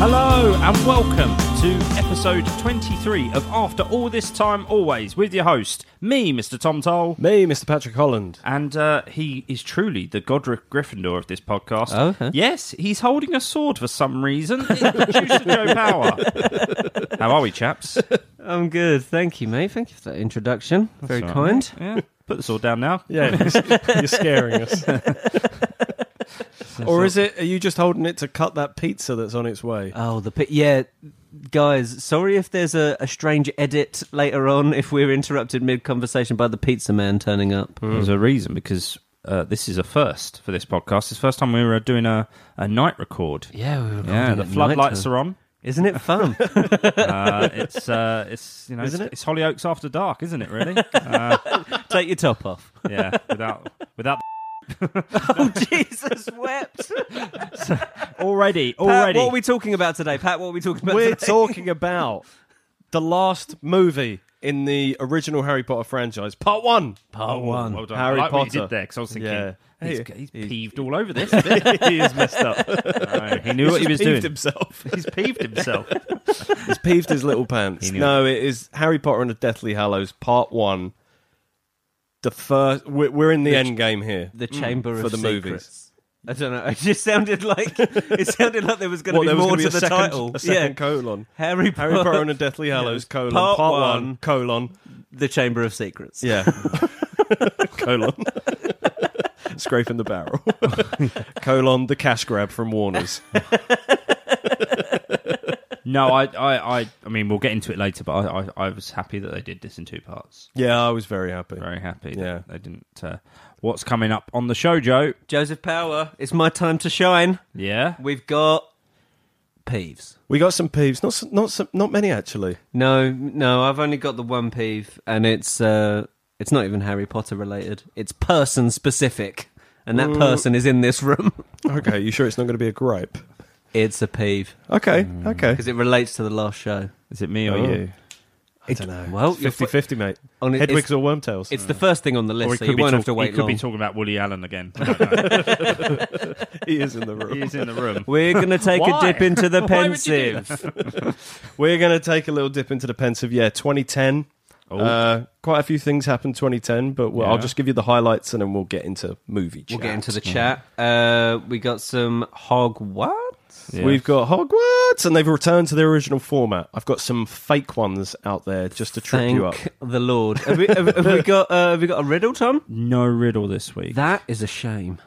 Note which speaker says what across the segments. Speaker 1: Hello and welcome to episode 23 of After All This Time Always with your host, me, Mr. Tom Toll.
Speaker 2: Me, Mr. Patrick Holland.
Speaker 1: And uh, he is truly the Godric Gryffindor of this podcast.
Speaker 2: Oh, okay.
Speaker 1: Yes, he's holding a sword for some reason. Introduce Joe Power. How are we, chaps?
Speaker 2: I'm good. Thank you, mate. Thank you for that introduction. Very
Speaker 1: Sorry.
Speaker 2: kind.
Speaker 1: Yeah. Put the sword down now.
Speaker 3: Yeah, you're scaring us. or is it? Are you just holding it to cut that pizza that's on its way?
Speaker 2: Oh, the pit. Yeah, guys, sorry if there's a, a strange edit later on if we're interrupted mid conversation by the pizza man turning up.
Speaker 1: There's a reason because uh, this is a first for this podcast. It's the first time we were uh, doing a, a night record.
Speaker 2: Oh, Yeah, we were
Speaker 1: Yeah, the floodlights are on.
Speaker 2: Isn't it fun?
Speaker 1: Uh, it's uh, it's you know
Speaker 2: Isn't
Speaker 1: it's,
Speaker 2: it?
Speaker 1: it's Hollyoaks after dark, isn't it? Really? Uh,
Speaker 2: Take your top off.
Speaker 1: yeah, without without
Speaker 2: Oh, Jesus wept.
Speaker 1: already
Speaker 2: Pat,
Speaker 1: already.
Speaker 2: what are we talking about today? Pat, what are we talking about
Speaker 3: We're
Speaker 2: today?
Speaker 3: talking about the last movie in the original Harry Potter franchise, part one.
Speaker 2: Part one.
Speaker 1: Oh, Well done.
Speaker 3: Harry
Speaker 1: I like what you
Speaker 3: Potter.
Speaker 1: did there 'cause I was thinking.
Speaker 3: Yeah.
Speaker 1: He's,
Speaker 3: He-
Speaker 1: he's peeved all over this. he is messed up. he knew what he was
Speaker 3: He's peeved
Speaker 1: doing.
Speaker 3: himself.
Speaker 1: He's peeved himself.
Speaker 3: He's peeved his little pants.
Speaker 1: He knew
Speaker 3: No, it is Harry Potter and the Deathly Hallows, part one. The first. We're, we're in the end game here.
Speaker 2: the chamber
Speaker 3: mm, for
Speaker 2: of
Speaker 3: the
Speaker 2: secrets.
Speaker 3: movies.
Speaker 2: I don't know. It just sounded like it sounded like there was going to
Speaker 3: What,
Speaker 2: be
Speaker 3: there was
Speaker 2: more
Speaker 3: gonna be
Speaker 2: to
Speaker 3: a
Speaker 2: the
Speaker 3: second,
Speaker 2: title.
Speaker 3: A second
Speaker 2: yeah,
Speaker 3: colon.
Speaker 2: Harry Potter,
Speaker 3: Harry Potter and the Deathly Hallows, colon,
Speaker 2: Part
Speaker 3: part,
Speaker 2: one.
Speaker 3: one, colon.
Speaker 2: the Chamber of Secrets.
Speaker 3: Yeah. colon. Scraping the barrel. colon, the cash grab from Warner's.
Speaker 1: No, I, I, I, I mean, we'll get into it later, but I, I, I was happy that they did this in two parts.
Speaker 3: Yeah, I was very happy.
Speaker 1: Very happy. that
Speaker 3: Yeah.
Speaker 1: they didn't. Uh, what's coming up on the show, Joe?
Speaker 2: Joseph Power, it's my time to shine.
Speaker 1: Yeah,
Speaker 2: We've got peeves.
Speaker 3: We got some peeves. Not s- not some, not many actually.
Speaker 2: No, no, I've only got the one peeve, and it's uh, it's not even Harry Potter related. It's person specific, and that person is in this room.
Speaker 3: Okay, you sure it's not going to be a gripe?
Speaker 2: it's a peeve
Speaker 3: Okay, okay.
Speaker 2: because it relates to the last show.
Speaker 1: is it me or
Speaker 3: Oh.
Speaker 1: you?
Speaker 3: I don't know.
Speaker 2: Well, you're
Speaker 3: 50
Speaker 2: fu-
Speaker 3: 50, mate.
Speaker 2: On it-
Speaker 3: Hedwigs or wormtails?
Speaker 2: It's the first thing on the
Speaker 1: Or
Speaker 2: list,
Speaker 1: he
Speaker 2: so
Speaker 1: could
Speaker 2: you
Speaker 1: be
Speaker 2: won't
Speaker 1: talk-
Speaker 2: have to wait
Speaker 1: He could
Speaker 2: long.
Speaker 1: be talking about Woody Allen again. I don't know.
Speaker 3: he is in the room.
Speaker 1: he is in the room.
Speaker 2: We're gonna take a
Speaker 1: Why?
Speaker 2: dip into the
Speaker 1: Why would you do
Speaker 2: pensive.
Speaker 3: We're going to take a little dip into the pensive. Yeah, 2010.
Speaker 1: Oh.
Speaker 3: Uh, quite a few things happened 2010, but well, I'll
Speaker 1: Yeah.
Speaker 3: just give you the highlights and then we'll get into movie chat.
Speaker 2: We'll get into the chat. Uh, we got some Hogwarts.
Speaker 1: Yeah.
Speaker 3: We've got Hogwarts, and they've returned to their original format. I've got some fake ones out there just to trip you up.
Speaker 2: Thank the Lord. Have we, have, have we got uh, have we got a riddle, Tom?
Speaker 1: no riddle this week.
Speaker 2: That is a shame.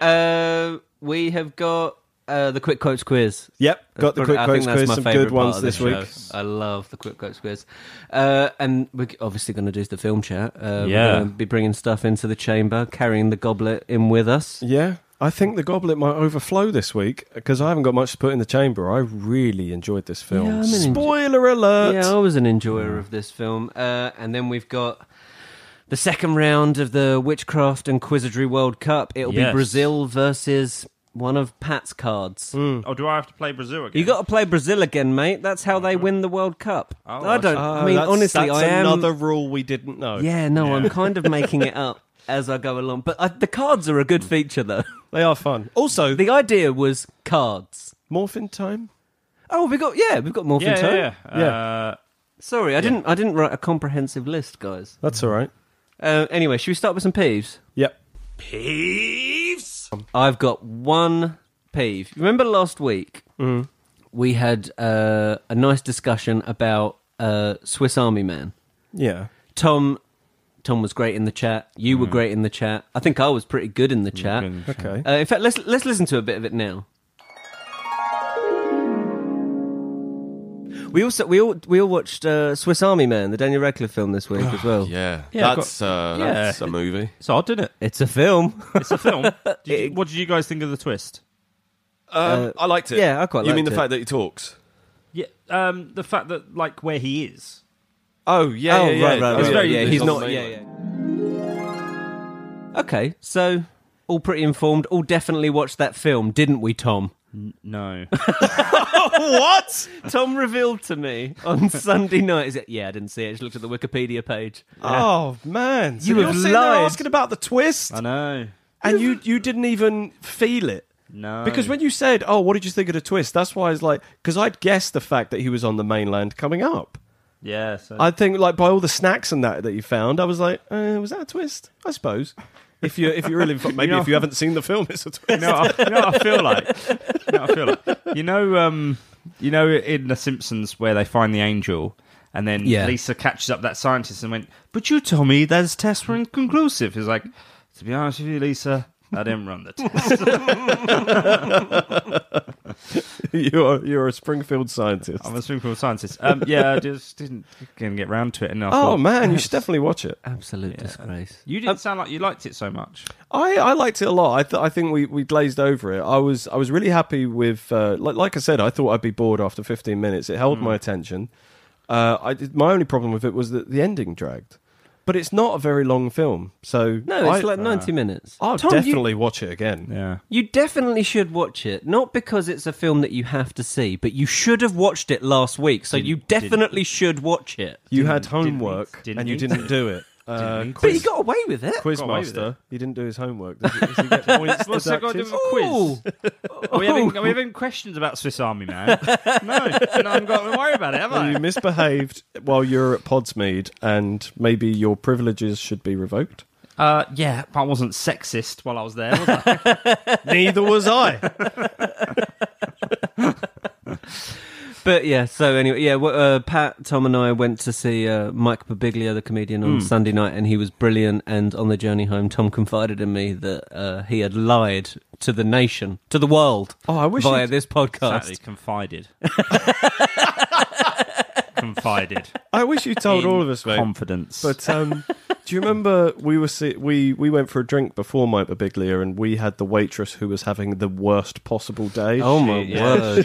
Speaker 2: Uh, we have got uh, the quick quotes quiz.
Speaker 3: Yep, got the quick
Speaker 2: I think
Speaker 3: quotes
Speaker 2: that's
Speaker 3: quiz.
Speaker 2: my
Speaker 3: Some
Speaker 2: favourite
Speaker 3: good ones
Speaker 2: part of
Speaker 3: this week.
Speaker 2: show. I love the quick quotes quiz, uh, and we're obviously going to do the film chat. Uh, we're
Speaker 1: Yeah.
Speaker 2: gonna be bringing stuff into the chamber, carrying the goblet in with us.
Speaker 3: Yeah, I think the goblet might overflow this week because I haven't got much to put in the chamber. I really enjoyed this film.
Speaker 2: Yeah, I'm an enj-
Speaker 3: Spoiler alert!
Speaker 2: Yeah, I was an enjoyer of this film. Uh, and then we've got the second round of the Witchcraft and Quizzardry World Cup. It'll
Speaker 1: Yes.
Speaker 2: be Brazil versus one of Pat's cards.
Speaker 3: Hmm.
Speaker 1: Oh, do I have to play Brazil again?
Speaker 2: You got to play Brazil again, mate. That's how they win the World Cup.
Speaker 1: Oh,
Speaker 2: I don't.
Speaker 3: Oh,
Speaker 2: I mean,
Speaker 3: that's-
Speaker 2: honestly,
Speaker 3: that's
Speaker 2: I am.
Speaker 3: another rule we didn't know.
Speaker 2: Yeah, no, I'm kind of making it up as I go along. But I, the cards are a good feature, though.
Speaker 3: They are fun. Also,
Speaker 2: The idea was cards.
Speaker 3: morphin time.
Speaker 2: Oh, we got yeah, we've got Morphin
Speaker 1: yeah,
Speaker 2: Toe.
Speaker 1: yeah, yeah. Uh,
Speaker 2: Sorry, I didn't. I didn't write a comprehensive list, guys.
Speaker 3: That's all right.
Speaker 2: Uh, anyway, should we start with some peeves?
Speaker 3: Yep.
Speaker 2: I've got one peeve. Remember last week we had uh, a nice discussion about uh, Swiss Army Man.
Speaker 3: Yeah.
Speaker 2: Tom, Tom was great in the chat. You were great in the chat. I think I was pretty good in the chat.
Speaker 1: good in the
Speaker 3: Okay.
Speaker 2: Uh, in fact, let's let's listen to a bit of it now. We also we all we all watched uh, Swiss Army Man, the Daniel Radcliffe film this week as well.
Speaker 4: Yeah,
Speaker 1: Yeah,
Speaker 4: that's uh,
Speaker 1: yeah.
Speaker 4: that's a movie.
Speaker 1: it's odd, isn't it?
Speaker 2: It's a film.
Speaker 1: It's a film. Did you, what did you guys think of the twist?
Speaker 4: Um, I liked it.
Speaker 2: Uh, yeah, I quite
Speaker 4: You mean
Speaker 2: liked
Speaker 4: the
Speaker 2: it.
Speaker 4: fact that he talks?
Speaker 1: Yeah, um, the fact that like where he is.
Speaker 4: Oh yeah,
Speaker 2: oh
Speaker 4: yeah,
Speaker 2: right,
Speaker 4: yeah.
Speaker 2: right,
Speaker 4: Oh,
Speaker 2: right.
Speaker 4: yeah,
Speaker 2: right. Yeah,
Speaker 4: he's
Speaker 2: he's
Speaker 4: on the
Speaker 2: not.
Speaker 4: main
Speaker 2: Yeah,
Speaker 4: one.
Speaker 2: yeah. Okay, so all pretty informed. All definitely watched that film, didn't we, Tom?
Speaker 1: No,
Speaker 2: what? Tom revealed to me on Sunday night. Is it? Yeah, I didn't see it. I just looked at the Wikipedia page.
Speaker 3: Oh man, so
Speaker 2: You
Speaker 3: you're
Speaker 2: have
Speaker 3: sitting there
Speaker 2: lied.
Speaker 3: asking about the twist,
Speaker 1: I know.
Speaker 3: and you you didn't even feel it.
Speaker 1: No.
Speaker 3: Because when you said, "Oh, what did you think of the twist?" That's why I was like, because I'd guessed the fact that he was on the mainland coming up.
Speaker 1: Yeah, so.
Speaker 3: I think, like, by all the snacks and that that you found, I was like, uh, "Was that a twist?" I suppose. If you if you're really maybe
Speaker 1: know-
Speaker 3: if you haven't seen the film, it's a twist.
Speaker 1: you know, what I, you know what I feel like. You know, what I feel like. You know, um, you know, in The Simpsons where they find the angel, and then
Speaker 2: Yeah.
Speaker 1: Lisa catches up that scientist and went, "But you told me those tests were inconclusive." He's like, "To be honest with you, Lisa, I didn't run the test."
Speaker 3: you're you're a Springfield scientist.
Speaker 1: I'm a Springfield scientist. Um, yeah, I just didn't didn't get round to it enough.
Speaker 3: Oh
Speaker 1: Or-
Speaker 3: man, you should definitely watch it.
Speaker 2: Absolute disgrace.
Speaker 1: you didn't sound like you liked it so much.
Speaker 3: I, I liked it a lot. I, th- I think we, we glazed over it. I was I was really happy with uh, like like I said. I thought I'd be bored after 15 minutes. It held my attention. Uh, I did, my only problem with it was that the ending dragged. But it's not a very long film, so
Speaker 2: No,
Speaker 3: I,
Speaker 2: it's
Speaker 3: uh,
Speaker 2: like 90 minutes.
Speaker 3: I'll
Speaker 2: Tom, you-
Speaker 3: definitely watch it again.
Speaker 1: Yeah.
Speaker 2: You definitely should watch it, not because it's a film that you have to see, but you should have watched it last week, so you definitely should watch it.
Speaker 3: You
Speaker 1: Didn't-
Speaker 3: had homework
Speaker 1: didn't- didn't
Speaker 3: and you
Speaker 1: need
Speaker 3: didn't do it. Uh,
Speaker 1: need to.
Speaker 2: But he
Speaker 1: Quiz-
Speaker 2: got away with it.
Speaker 1: Got away with it.
Speaker 3: Quizmaster, he didn't do his homework. Does he, does he get points
Speaker 1: What's that got to do
Speaker 3: deducted?
Speaker 1: with a quiz? Are we, having, are we having questions about Swiss Army Man? no, no, I haven't got to worry about it, have I?
Speaker 3: You misbehaved while you're at Podsmead, and maybe your privileges should be revoked.
Speaker 1: Uh, yeah, but I wasn't sexist while I was there, was I?
Speaker 3: Neither was I.
Speaker 2: But yeah, so anyway, yeah, well, uh, Pat, Tom, and I went to see uh, Mike Birbiglia, the comedian, on Sunday night, and he was brilliant. And on the journey home, Tom confided in me that uh, he had lied to the nation, to the world,
Speaker 3: Oh, I wish
Speaker 2: via
Speaker 3: he'd-
Speaker 2: this podcast.
Speaker 1: Exactly, confided. confided.
Speaker 3: I wish you told
Speaker 1: in
Speaker 3: all of us, mate.
Speaker 1: Confidence.
Speaker 3: but um, do you remember we were see- we we went for a drink before Mike Babiglia, and we had the waitress who was having the worst possible day.
Speaker 2: Oh my word!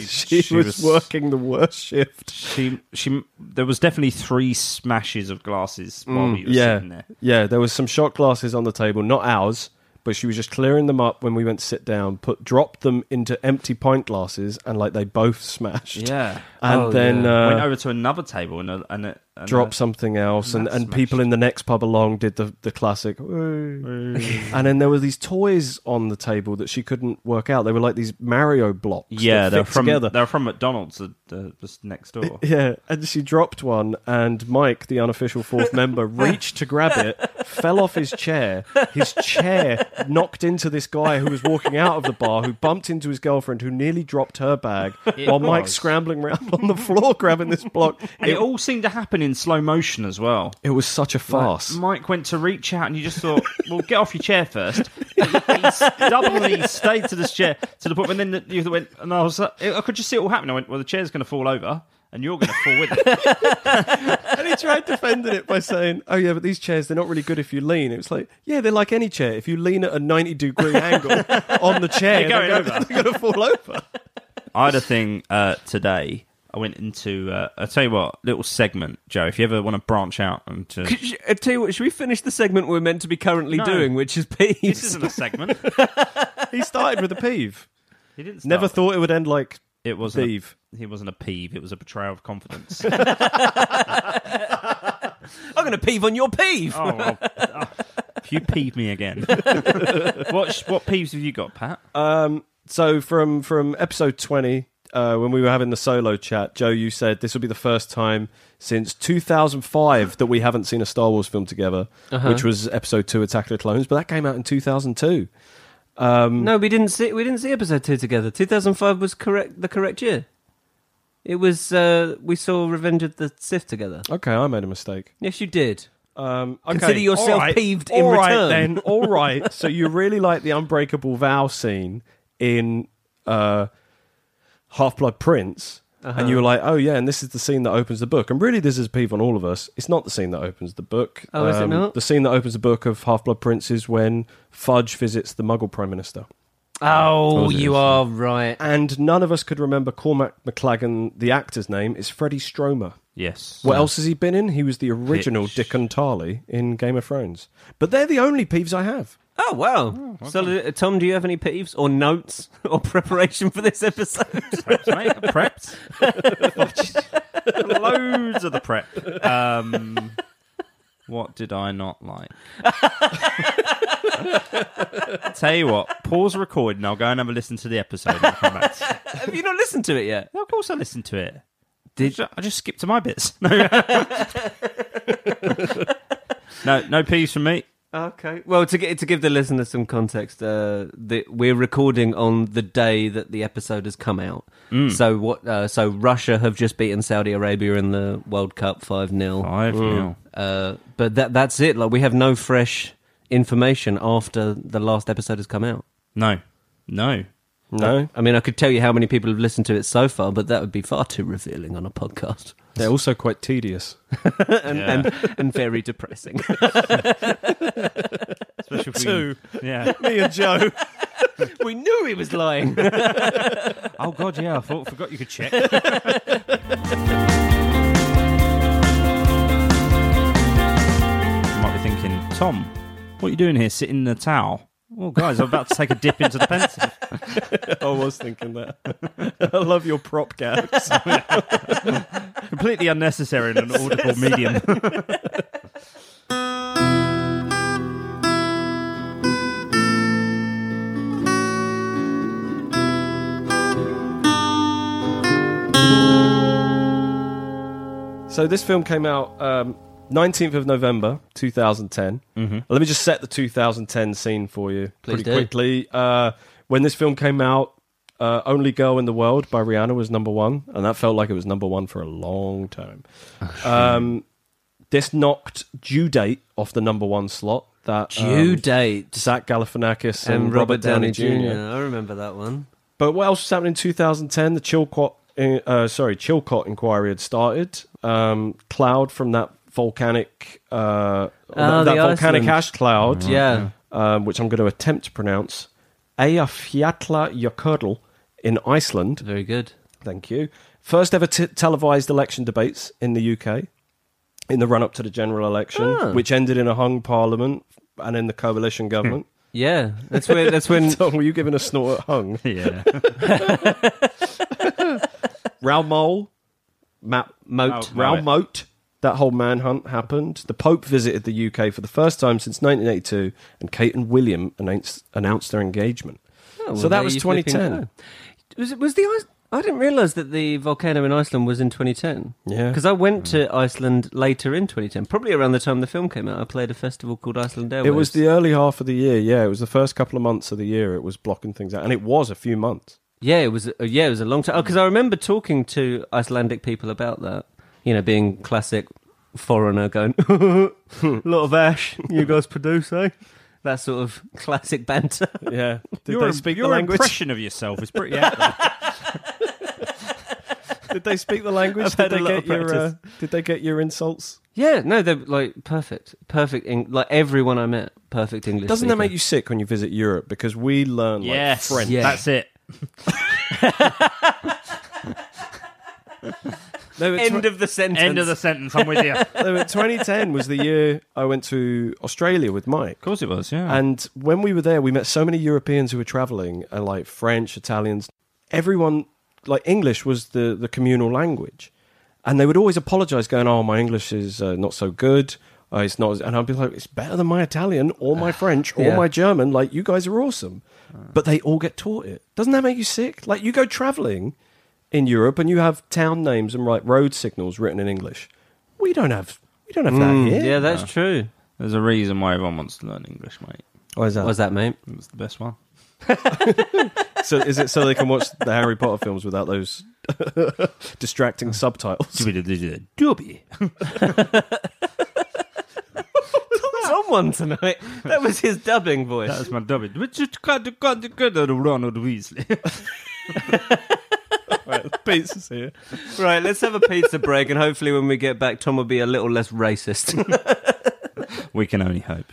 Speaker 3: she,
Speaker 1: she
Speaker 3: was,
Speaker 1: was-
Speaker 3: working the worst shift.
Speaker 1: she, she, there was definitely three smashes of glasses while we were
Speaker 3: Mm, Yeah,
Speaker 1: sitting there.
Speaker 3: yeah. There was some shot glasses on the table, not ours. But she was just clearing them up when we went to sit down, put dropped them into empty pint glasses, and like they both smashed.
Speaker 1: Yeah.
Speaker 3: and
Speaker 2: Oh,
Speaker 3: then
Speaker 2: yeah.
Speaker 3: uh,
Speaker 1: Went over to another table and a, and a, and
Speaker 3: drop something else, and,
Speaker 1: that
Speaker 3: and people
Speaker 1: smashed.
Speaker 3: in the next pub along did the, the classic. and then there were these toys on the table that she couldn't work out. They were like these Mario blocks.
Speaker 1: A, yeah,
Speaker 3: that
Speaker 1: they're
Speaker 3: fit
Speaker 1: from
Speaker 3: together.
Speaker 1: they're from McDonald's, uh, uh, just next door.
Speaker 3: Yeah, and she dropped one, and Mike, the unofficial fourth member, reached to grab it, fell off his chair. His chair knocked into this guy who was walking out of the bar, who bumped into his girlfriend, who nearly dropped her bag,
Speaker 1: It
Speaker 3: while Mike's
Speaker 1: was.
Speaker 3: scrambling around on the floor grabbing this block.
Speaker 1: And it all seemed to happen in slow motion as well.
Speaker 3: It was such a farce.
Speaker 1: Mike went to reach out, and you just thought, "Well, get off your chair first. He stubbornly stayed to this chair to the point when then the, you went, and I was, like, I could just see it all happening. I went, "Well, the chair's going to fall over, and you're going to fall with it."
Speaker 3: And he tried defending it by saying, "Oh yeah, but these chairs they're not really good if you lean." It was like, "Yeah, they're like any chair. If you lean at a ninety degree angle on the chair,
Speaker 1: You're going
Speaker 3: they're, gonna,
Speaker 1: over."
Speaker 3: they're gonna fall over."
Speaker 1: I had a thing uh, today. I went into, uh, I tell you what, little segment, Joe. If you ever want to branch out and to
Speaker 2: Could you- I tell you what, should we finish the segment we're meant to be currently
Speaker 1: No.
Speaker 2: doing, which is peas?
Speaker 1: this isn't a segment.
Speaker 3: He started with a peeve.
Speaker 1: He didn't. Start.
Speaker 3: Never thought it would end like
Speaker 1: it was not
Speaker 3: peeve.
Speaker 1: He wasn't a peeve. It was a betrayal of confidence.
Speaker 2: I'm going to peeve on your peeve.
Speaker 1: oh, well, oh, if you peeve me again, what what peeves have you got, Pat?
Speaker 3: Um, so from from episode twenty, uh, when we were having the solo chat, Joe, you said this will be the first time since 2005 that we haven't seen a Star Wars film together, which was episode two, Attack of the Clones, but that came out in 2002.
Speaker 2: No, we didn't see we didn't see episode two together. 2005 was correct the correct year. It was uh, we saw Revenge of the Sith together.
Speaker 3: Okay, I made a mistake.
Speaker 2: Yes, you did.
Speaker 3: Um, okay.
Speaker 2: Consider yourself
Speaker 3: all right.
Speaker 2: peeved in
Speaker 3: All right
Speaker 2: return.
Speaker 3: then. All right. so you really like the unbreakable vow scene in uh, Half Blood Prince,
Speaker 2: Uh-huh.
Speaker 3: and you were like, "Oh yeah," and this is the scene that opens the book. And really, this is a peeve on all of us. It's not the scene that opens the book. Um,
Speaker 2: Oh, is it not?
Speaker 3: The scene that opens the book of Half Blood Prince is when Fudge visits the Muggle Prime Minister,
Speaker 2: Oh, you are right.
Speaker 3: and none of us could remember Cormac McLagan, the actor's name. It's Freddie Stromer.
Speaker 1: Yes.
Speaker 3: What else has he been in? He was the original
Speaker 1: Pitch.
Speaker 3: Dick Untali in Game of Thrones. But they're the only peeves I have.
Speaker 2: Oh wow! so, uh, Tom, do you have any peeves or notes or preparation for this episode?
Speaker 1: prepped, mate. I prepped. Loads of the prep. Um, what did I not like? Tell you what, pause record and I'll go and have a listen to the episode. when I come back.
Speaker 2: Have you not listened to it yet?
Speaker 1: of course, I listened to it.
Speaker 2: Did
Speaker 1: I just skipped to my bits. No, no, no peas from me.
Speaker 2: Okay. Well, to get, to give the listeners some context, uh, the, we're recording on the day that the episode has come out. So what? Uh, so Russia have just beaten Saudi Arabia in the World Cup five 0
Speaker 1: Five nil.
Speaker 2: uh, But that that's it. Like we have no fresh information after the last episode has come out.
Speaker 1: No, no.
Speaker 3: No.
Speaker 2: I mean, I could tell you how many people have listened to it so far, but that would be far too revealing on a podcast
Speaker 3: They're also quite tedious.
Speaker 2: and
Speaker 1: Yeah.
Speaker 2: and, and very depressing.
Speaker 1: Especially if we, yeah.
Speaker 3: Me and Joe.
Speaker 2: we knew he was lying.
Speaker 1: Oh God, yeah. I thought, forgot you could check. you might be thinking, Tom, what are you doing here, sitting in the towel? Well, guys, I'm about to take a dip into the pensive.
Speaker 3: I was thinking that. I love your prop gags.
Speaker 1: Completely unnecessary in an audible medium.
Speaker 3: So this film came out um, 19th of November 2010. Mm-hmm. Let me just set the 2010 scene for you
Speaker 2: Please
Speaker 3: pretty
Speaker 2: do.
Speaker 3: quickly. Uh, when this film came out, uh, Only Girl in the World by Rihanna was number one, and that felt like it was number one for a long time. um, this knocked Due Date off the number one slot. That
Speaker 2: Due
Speaker 3: um,
Speaker 2: date.
Speaker 3: Zach Galifianakis and,
Speaker 2: and Robert, Downey, Jr.
Speaker 3: Jr.
Speaker 2: I remember that one.
Speaker 3: But what else was happening in 2010? The Chilcot, uh, sorry, Chilcot inquiry had started. Um, cloud from that volcanic, uh,
Speaker 2: Oh,
Speaker 3: that, that
Speaker 2: the
Speaker 3: volcanic
Speaker 2: Iceland.
Speaker 3: ash cloud,
Speaker 2: Yeah.
Speaker 3: um, which I'm going to attempt to pronounce, Eyjafjallajökull in Iceland.
Speaker 2: Very good.
Speaker 3: Thank you. First ever t- televised election debates in the UK in the run up to the general election,
Speaker 2: Ah.
Speaker 3: which ended in a hung parliament and in the coalition government.
Speaker 2: Yeah, that's where that's when
Speaker 3: Tom, were you giving a snort at hung?
Speaker 1: yeah.
Speaker 3: Raoul Mole, Matt
Speaker 2: Moat.
Speaker 1: Oh,
Speaker 3: Raoul
Speaker 1: Right.
Speaker 3: Moat. That whole manhunt happened. The Pope visited the UK for the first time since 1982, and Kate and William announced, announced their engagement.
Speaker 2: Oh,
Speaker 3: so
Speaker 2: well,
Speaker 3: that
Speaker 2: there
Speaker 3: was
Speaker 2: you flipping
Speaker 3: 2010.
Speaker 2: go. Was it was the Ice- I didn't realize that the volcano in Iceland was in 2010.
Speaker 3: Yeah. Mm.
Speaker 2: because I went to Iceland later in 2010, probably around the time the film came out. I played a festival called Iceland Airwaves.
Speaker 3: It was the early half of the year. Yeah, it was the first couple of months of the year. It was blocking things out, and it was a few months.
Speaker 2: yeah, it was uh, yeah, it was a long time. Because I remember talking to Icelandic people about that. You know, being classic foreigner, going lot of ash you guys produce, eh? That sort of classic banter.
Speaker 3: Yeah. Did
Speaker 1: your
Speaker 3: they speak
Speaker 1: your
Speaker 3: the language?
Speaker 1: impression of yourself is pretty accurate.
Speaker 3: Did they speak the language?
Speaker 2: I've
Speaker 3: did
Speaker 2: had
Speaker 3: they
Speaker 2: a lot of
Speaker 3: get your uh,
Speaker 2: practice.
Speaker 3: Did they get your insults?
Speaker 2: Yeah, no, they're like perfect, perfect. Eng- like everyone I met, perfect English.
Speaker 3: Doesn't that
Speaker 2: speaker.
Speaker 3: make you sick when you visit Europe? Because we learn like
Speaker 1: yes,
Speaker 3: French.
Speaker 2: Yeah.
Speaker 1: that's it.
Speaker 3: No, it's
Speaker 2: End of the sentence.
Speaker 1: End of the sentence. I'm with you. Of
Speaker 3: No, but 2010 was the year I went to Australia with Mike.
Speaker 1: course it was. Yeah.
Speaker 3: And when we were there, we met so many Europeans who were traveling, uh, like French, Italians. Everyone, like English was the, the communal language. And they would always apologize, going, Oh, my English is uh, not so good. Uh, it's not. as-" And I'd be like, It's better than my Italian or my French or
Speaker 2: Yeah. Uh.
Speaker 3: my German. Like, you guys are awesome. But they all get taught it. Doesn't that make you sick? Like, you go traveling in Europe and you have town names and like road signals written in English. We don't have. We don't have that here.
Speaker 2: Mm, Yeah, that's true.
Speaker 1: There's a reason why everyone wants to learn English, mate.
Speaker 3: Why is that?
Speaker 2: What was that, mate?
Speaker 1: It's the best one.
Speaker 3: So is it so they can watch the Harry Potter films without those distracting subtitles?
Speaker 1: Dubby.
Speaker 2: It's on one tonight. That was his dubbing voice.
Speaker 1: That was my dubby. Which is kind of kind of good at Ronald Weasley.
Speaker 3: Pizza's here.
Speaker 2: Right, let's have a pizza break, and hopefully, when we get back, Tom will be a little less racist.
Speaker 1: We can only hope.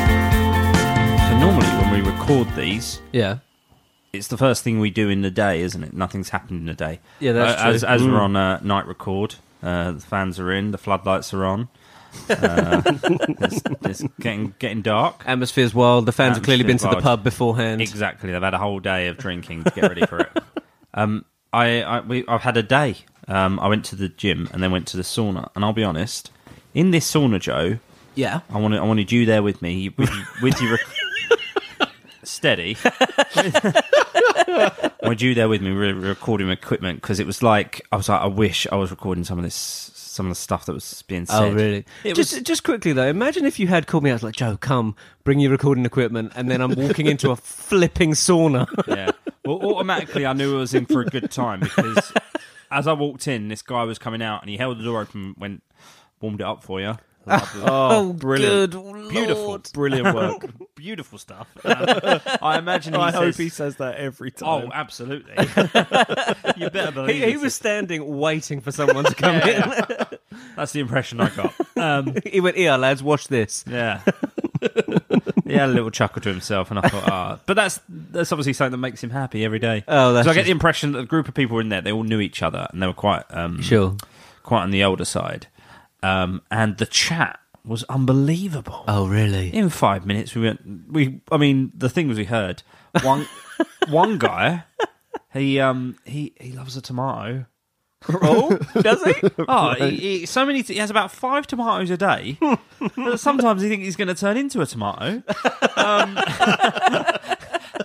Speaker 1: So normally when we record these,
Speaker 2: yeah,
Speaker 1: it's the first thing we do in the day, isn't it? Nothing's happened in the day.
Speaker 2: Yeah, that's
Speaker 1: uh,
Speaker 2: true. Mm.
Speaker 1: As, as we're on uh, night record, uh, the fans are in, the floodlights are on. Uh, it's, it's getting getting dark.
Speaker 2: atmosphere's wild. The fans have clearly been to the
Speaker 1: Atmosphere's
Speaker 2: pub beforehand.
Speaker 1: Exactly. They've had a whole day of drinking to get ready for it. Um, I, I we, I've had a day. um, I went to the gym and then went to the sauna. And I'll be honest, in this sauna, Joe,
Speaker 2: Yeah.
Speaker 1: I wanted I wanted you there with me with, you- with your rec- steady. I wanted you there with me re- recording equipment because it was like I was like I wish I was recording some of this some of the stuff that was being said.
Speaker 2: Oh really?
Speaker 1: It
Speaker 2: just
Speaker 1: was-
Speaker 2: just quickly though, imagine if you had called me out like Joe, come, bring your recording equipment, and then I'm walking into a flipping sauna.
Speaker 1: Yeah. Well, automatically I knew I was in for a good time because as I walked in, this guy was coming out and he held the door open, and went warmed it up for you.
Speaker 2: Oh,
Speaker 3: brilliant.
Speaker 2: good
Speaker 1: Beautiful,
Speaker 2: lord.
Speaker 1: brilliant work, beautiful stuff. Um, I imagine. He
Speaker 3: I
Speaker 1: says,
Speaker 3: hope he says that every time.
Speaker 1: Oh, absolutely. you better believe
Speaker 2: He, he
Speaker 1: it's
Speaker 2: was standing waiting for someone to come
Speaker 1: That's the impression I got. Um,
Speaker 2: in. he went, "Here, lads, watch this."
Speaker 1: yeah. he had a little chuckle to himself, and I thought, ah. But that's that's obviously something that makes him happy every day.
Speaker 2: Oh, that's
Speaker 1: so I get
Speaker 2: just-
Speaker 1: the impression that the group of people were in there, they all knew each other, and they were quite um,
Speaker 2: Sure.
Speaker 1: quite on the older side. Um, and the chat was unbelievable.
Speaker 2: Oh, really?
Speaker 1: In five minutes, we went. We, I mean, the things we heard. One, one guy, he um, he he loves a tomato.
Speaker 2: Oh, does he?
Speaker 1: Oh, he, he, so many. T- he has about five tomatoes a day. but sometimes he thinks he's going to turn into a tomato. Um,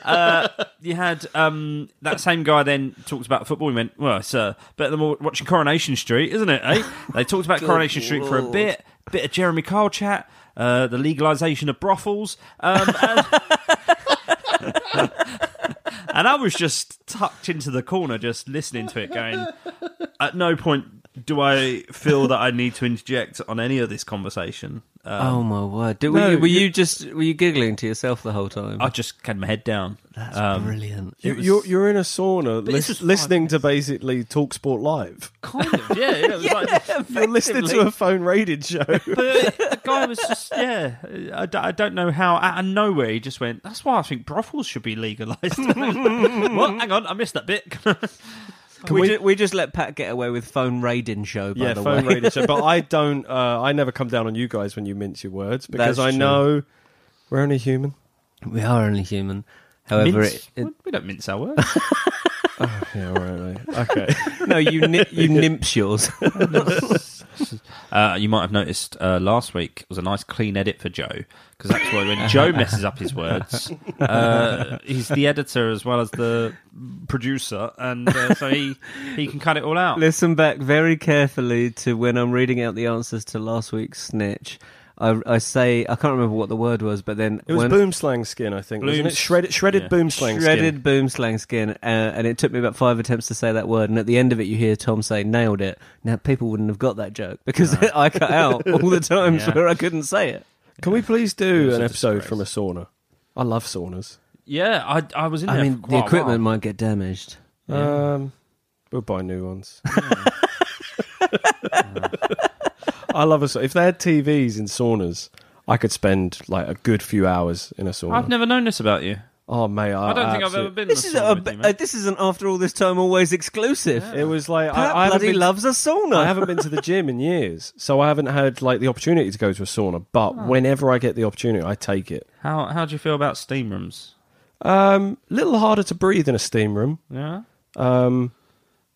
Speaker 1: uh, you had um, that same guy then talked about football. He went, "Well, it's uh, better than wa- watching Coronation Street, isn't it?" Eh? They talked about Coronation Street for a
Speaker 2: Lord.
Speaker 1: bit. Bit of Jeremy Kyle chat. Uh, the legalization of brothels. Um, and, and I was just tucked into the corner, just listening to it, going at no point do I feel that I need to interject on any of this conversation. Uh,
Speaker 2: Oh my word! Did, were
Speaker 1: No,
Speaker 2: you, were
Speaker 1: you-
Speaker 2: you, just were you giggling to yourself the whole time?
Speaker 1: I just had my head down.
Speaker 2: That's brilliant.
Speaker 3: You- you're, you're in a sauna
Speaker 1: this
Speaker 3: lis-
Speaker 1: was five
Speaker 3: listening to basically Talk Sport Live.
Speaker 1: Kind of, yeah. yeah, it was like-
Speaker 3: You're listening to a phone rated show.
Speaker 1: but the guy was just, yeah. I, d- I don't know how, out of nowhere, he just went, that's why I think brothels should be legalised. well, hang on, I missed that bit.
Speaker 2: we,
Speaker 3: we-
Speaker 2: ju- we just let Pat get away with phone raiding show. By
Speaker 3: yeah,
Speaker 2: the
Speaker 3: phone
Speaker 2: way,
Speaker 3: rated show. But I don't, uh, I never come down on you guys when you mince your words because
Speaker 2: That's
Speaker 3: I
Speaker 2: true.
Speaker 3: know we're only human.
Speaker 2: we are only human. However,
Speaker 1: mince,
Speaker 2: it, it,
Speaker 1: we don't mince our words.
Speaker 3: Yeah, all right, mate. Okay.
Speaker 2: no, you ni- you nymphs yours.
Speaker 1: Uh, you might have noticed uh, last week was a nice clean edit for Joe because that's why when Joe messes up his words, uh, he's the editor as well as the producer, and uh, so he he can cut it all out.
Speaker 2: Listen back very carefully to when I'm reading out the answers to last week's snitch. I, I say I can't remember what the word was, but then
Speaker 3: It was
Speaker 2: when
Speaker 3: boom slang skin, I think. wasn't
Speaker 1: Bloom-
Speaker 3: it? Shredded, shredded
Speaker 1: yeah.
Speaker 3: boom slang
Speaker 2: shredded
Speaker 3: skin.
Speaker 2: boom slang skin, uh, and it took me about five attempts to say that word, and at the end of it, you hear Tom say "nailed it." Now people wouldn't have got that joke because I cut out all the times
Speaker 1: Yeah.
Speaker 2: where I couldn't say it.
Speaker 3: Can we please do
Speaker 1: was
Speaker 3: an
Speaker 1: a
Speaker 3: episode
Speaker 1: disgrace.
Speaker 3: from a sauna? I love saunas.
Speaker 1: Yeah, I I was in.
Speaker 2: I
Speaker 1: there
Speaker 2: mean,
Speaker 1: for
Speaker 2: the
Speaker 1: quite a
Speaker 2: equipment
Speaker 1: while.
Speaker 2: might get damaged.
Speaker 3: Um, we'll buy new ones. I love a sauna. If they had TVs in saunas, I could spend like a good few hours in a sauna.
Speaker 1: I've never known this about you.
Speaker 3: oh, mate, I,
Speaker 1: I don't think I've
Speaker 3: absolute-
Speaker 1: ever been.
Speaker 2: This
Speaker 1: in
Speaker 2: is
Speaker 1: a sauna
Speaker 2: a,
Speaker 1: with you,
Speaker 2: uh,
Speaker 1: mate.
Speaker 2: this isn't after all this time always exclusive.
Speaker 3: It was like
Speaker 2: Pat
Speaker 3: I, I haven't
Speaker 2: bloody
Speaker 3: been,
Speaker 2: loves a sauna.
Speaker 3: I haven't been to the gym in years, so I haven't had like the opportunity to go to a sauna. But
Speaker 1: Oh.
Speaker 3: whenever I get the opportunity, I take it.
Speaker 1: How how do you feel about steam rooms?
Speaker 3: Um, little harder to breathe in a steam room.
Speaker 1: Yeah,
Speaker 3: Um,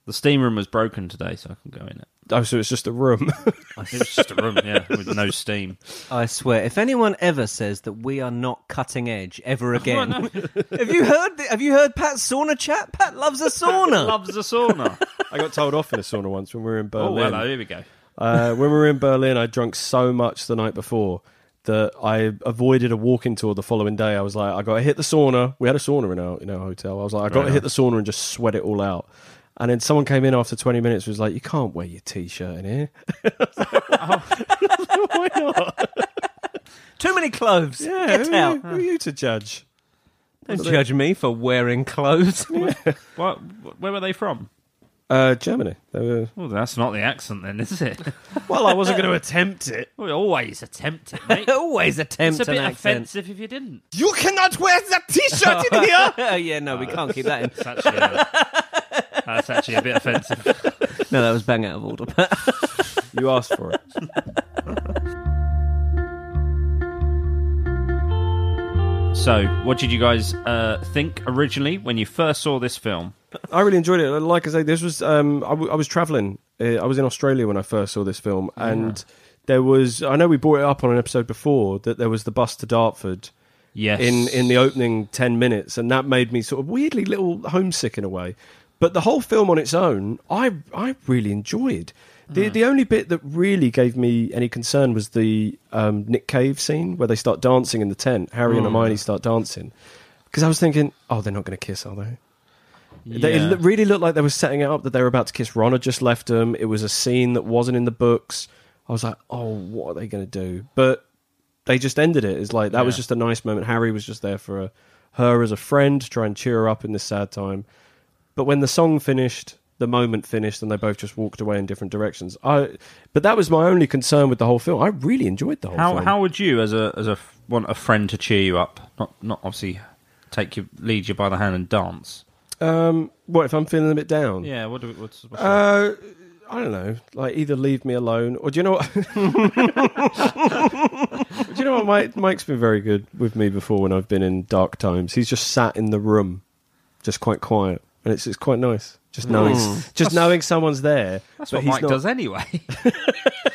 Speaker 1: the steam room was broken today, so I can go in it.
Speaker 3: oh, so it's just a room.
Speaker 1: It's just a room, yeah, with no steam.
Speaker 2: I swear, if anyone ever says that we are not cutting edge ever again, have you heard? The, have you heard Pat's sauna chat? Pat loves a sauna.
Speaker 1: Loves a sauna.
Speaker 3: I got told off in a sauna once when we were in Berlin.
Speaker 1: oh, hello, here we go.
Speaker 3: Uh, when we were in Berlin, I drunk so much the night before that I avoided a walking tour the following day. I was like, I got to hit the sauna. We had a sauna in our in our hotel. I was like, I got to hit the sauna and just sweat it all out. And then someone came in after 20 minutes was like, you can't wear your t-shirt in here. Why not?
Speaker 2: Too many clothes.
Speaker 3: Yeah,
Speaker 2: Get
Speaker 3: who, are you-
Speaker 2: out.
Speaker 3: who are you to judge?
Speaker 2: Don't judge me for wearing clothes.
Speaker 1: What, where were they from?
Speaker 3: Uh, Germany. They were-
Speaker 1: Well, that's not the accent then, is it?
Speaker 3: Well, I wasn't going to attempt it.
Speaker 1: we always attempt it, mate.
Speaker 2: Always attempt
Speaker 1: It's a
Speaker 2: an
Speaker 1: bit
Speaker 2: accent.
Speaker 1: offensive if you didn't.
Speaker 3: You cannot wear that t-shirt in here.
Speaker 2: Oh, yeah, no, we can't keep that in.
Speaker 1: That's actually a, that's actually a bit offensive.
Speaker 2: No, that was bang out of order.
Speaker 3: you asked for it.
Speaker 1: So, what did you guys uh, think originally when you first saw this film?
Speaker 3: I really enjoyed it. Like I say, this was um, I, w- I was traveling. Uh, I was in Australia when I first saw this film, and there was I know we brought it up on an episode before that there was the bus to Dartford
Speaker 1: Yes.
Speaker 3: in in the opening ten minutes, and that made me sort of weirdly little homesick in a way. But the whole film on its own, I I really enjoyed. The the only bit that really gave me any concern was the um, Nick Cave scene where they start dancing in the tent. Harry and Hermione start dancing because I was thinking, oh, they're not going to kiss, are they? They, it
Speaker 1: Yeah.
Speaker 3: lo- really looked like they were setting it up that they were about to kiss. Ron had just left them. It was a scene that wasn't in the books. I was like, oh, what are they going to do? But they just ended it. It's like that was
Speaker 1: Yeah.
Speaker 3: just a nice moment. Harry was just there for a, her as a friend to try and cheer her up in this sad time. But when the song finished, the moment finished, and they both just walked away in different directions. I, but that was my only concern with the whole film. I really enjoyed the whole
Speaker 1: How
Speaker 3: film.
Speaker 1: how would you as a as a f- want a friend to cheer you up? Not not obviously take you lead you by the hand and dance.
Speaker 3: um, what if I'm feeling a bit down?
Speaker 1: Yeah. What do we, what's, what's your-
Speaker 3: Uh, I don't know. Like either leave me alone, or do you know what? do you know what? Mike, Mike's been very good with me before when I've been in dark times. He's just sat in the room, just quite quiet, and it's it's quite nice. Just knowing, just knowing someone's there.
Speaker 1: Hmm. that's
Speaker 3: but
Speaker 1: what
Speaker 3: he's
Speaker 1: Mike
Speaker 3: not-
Speaker 1: does anyway.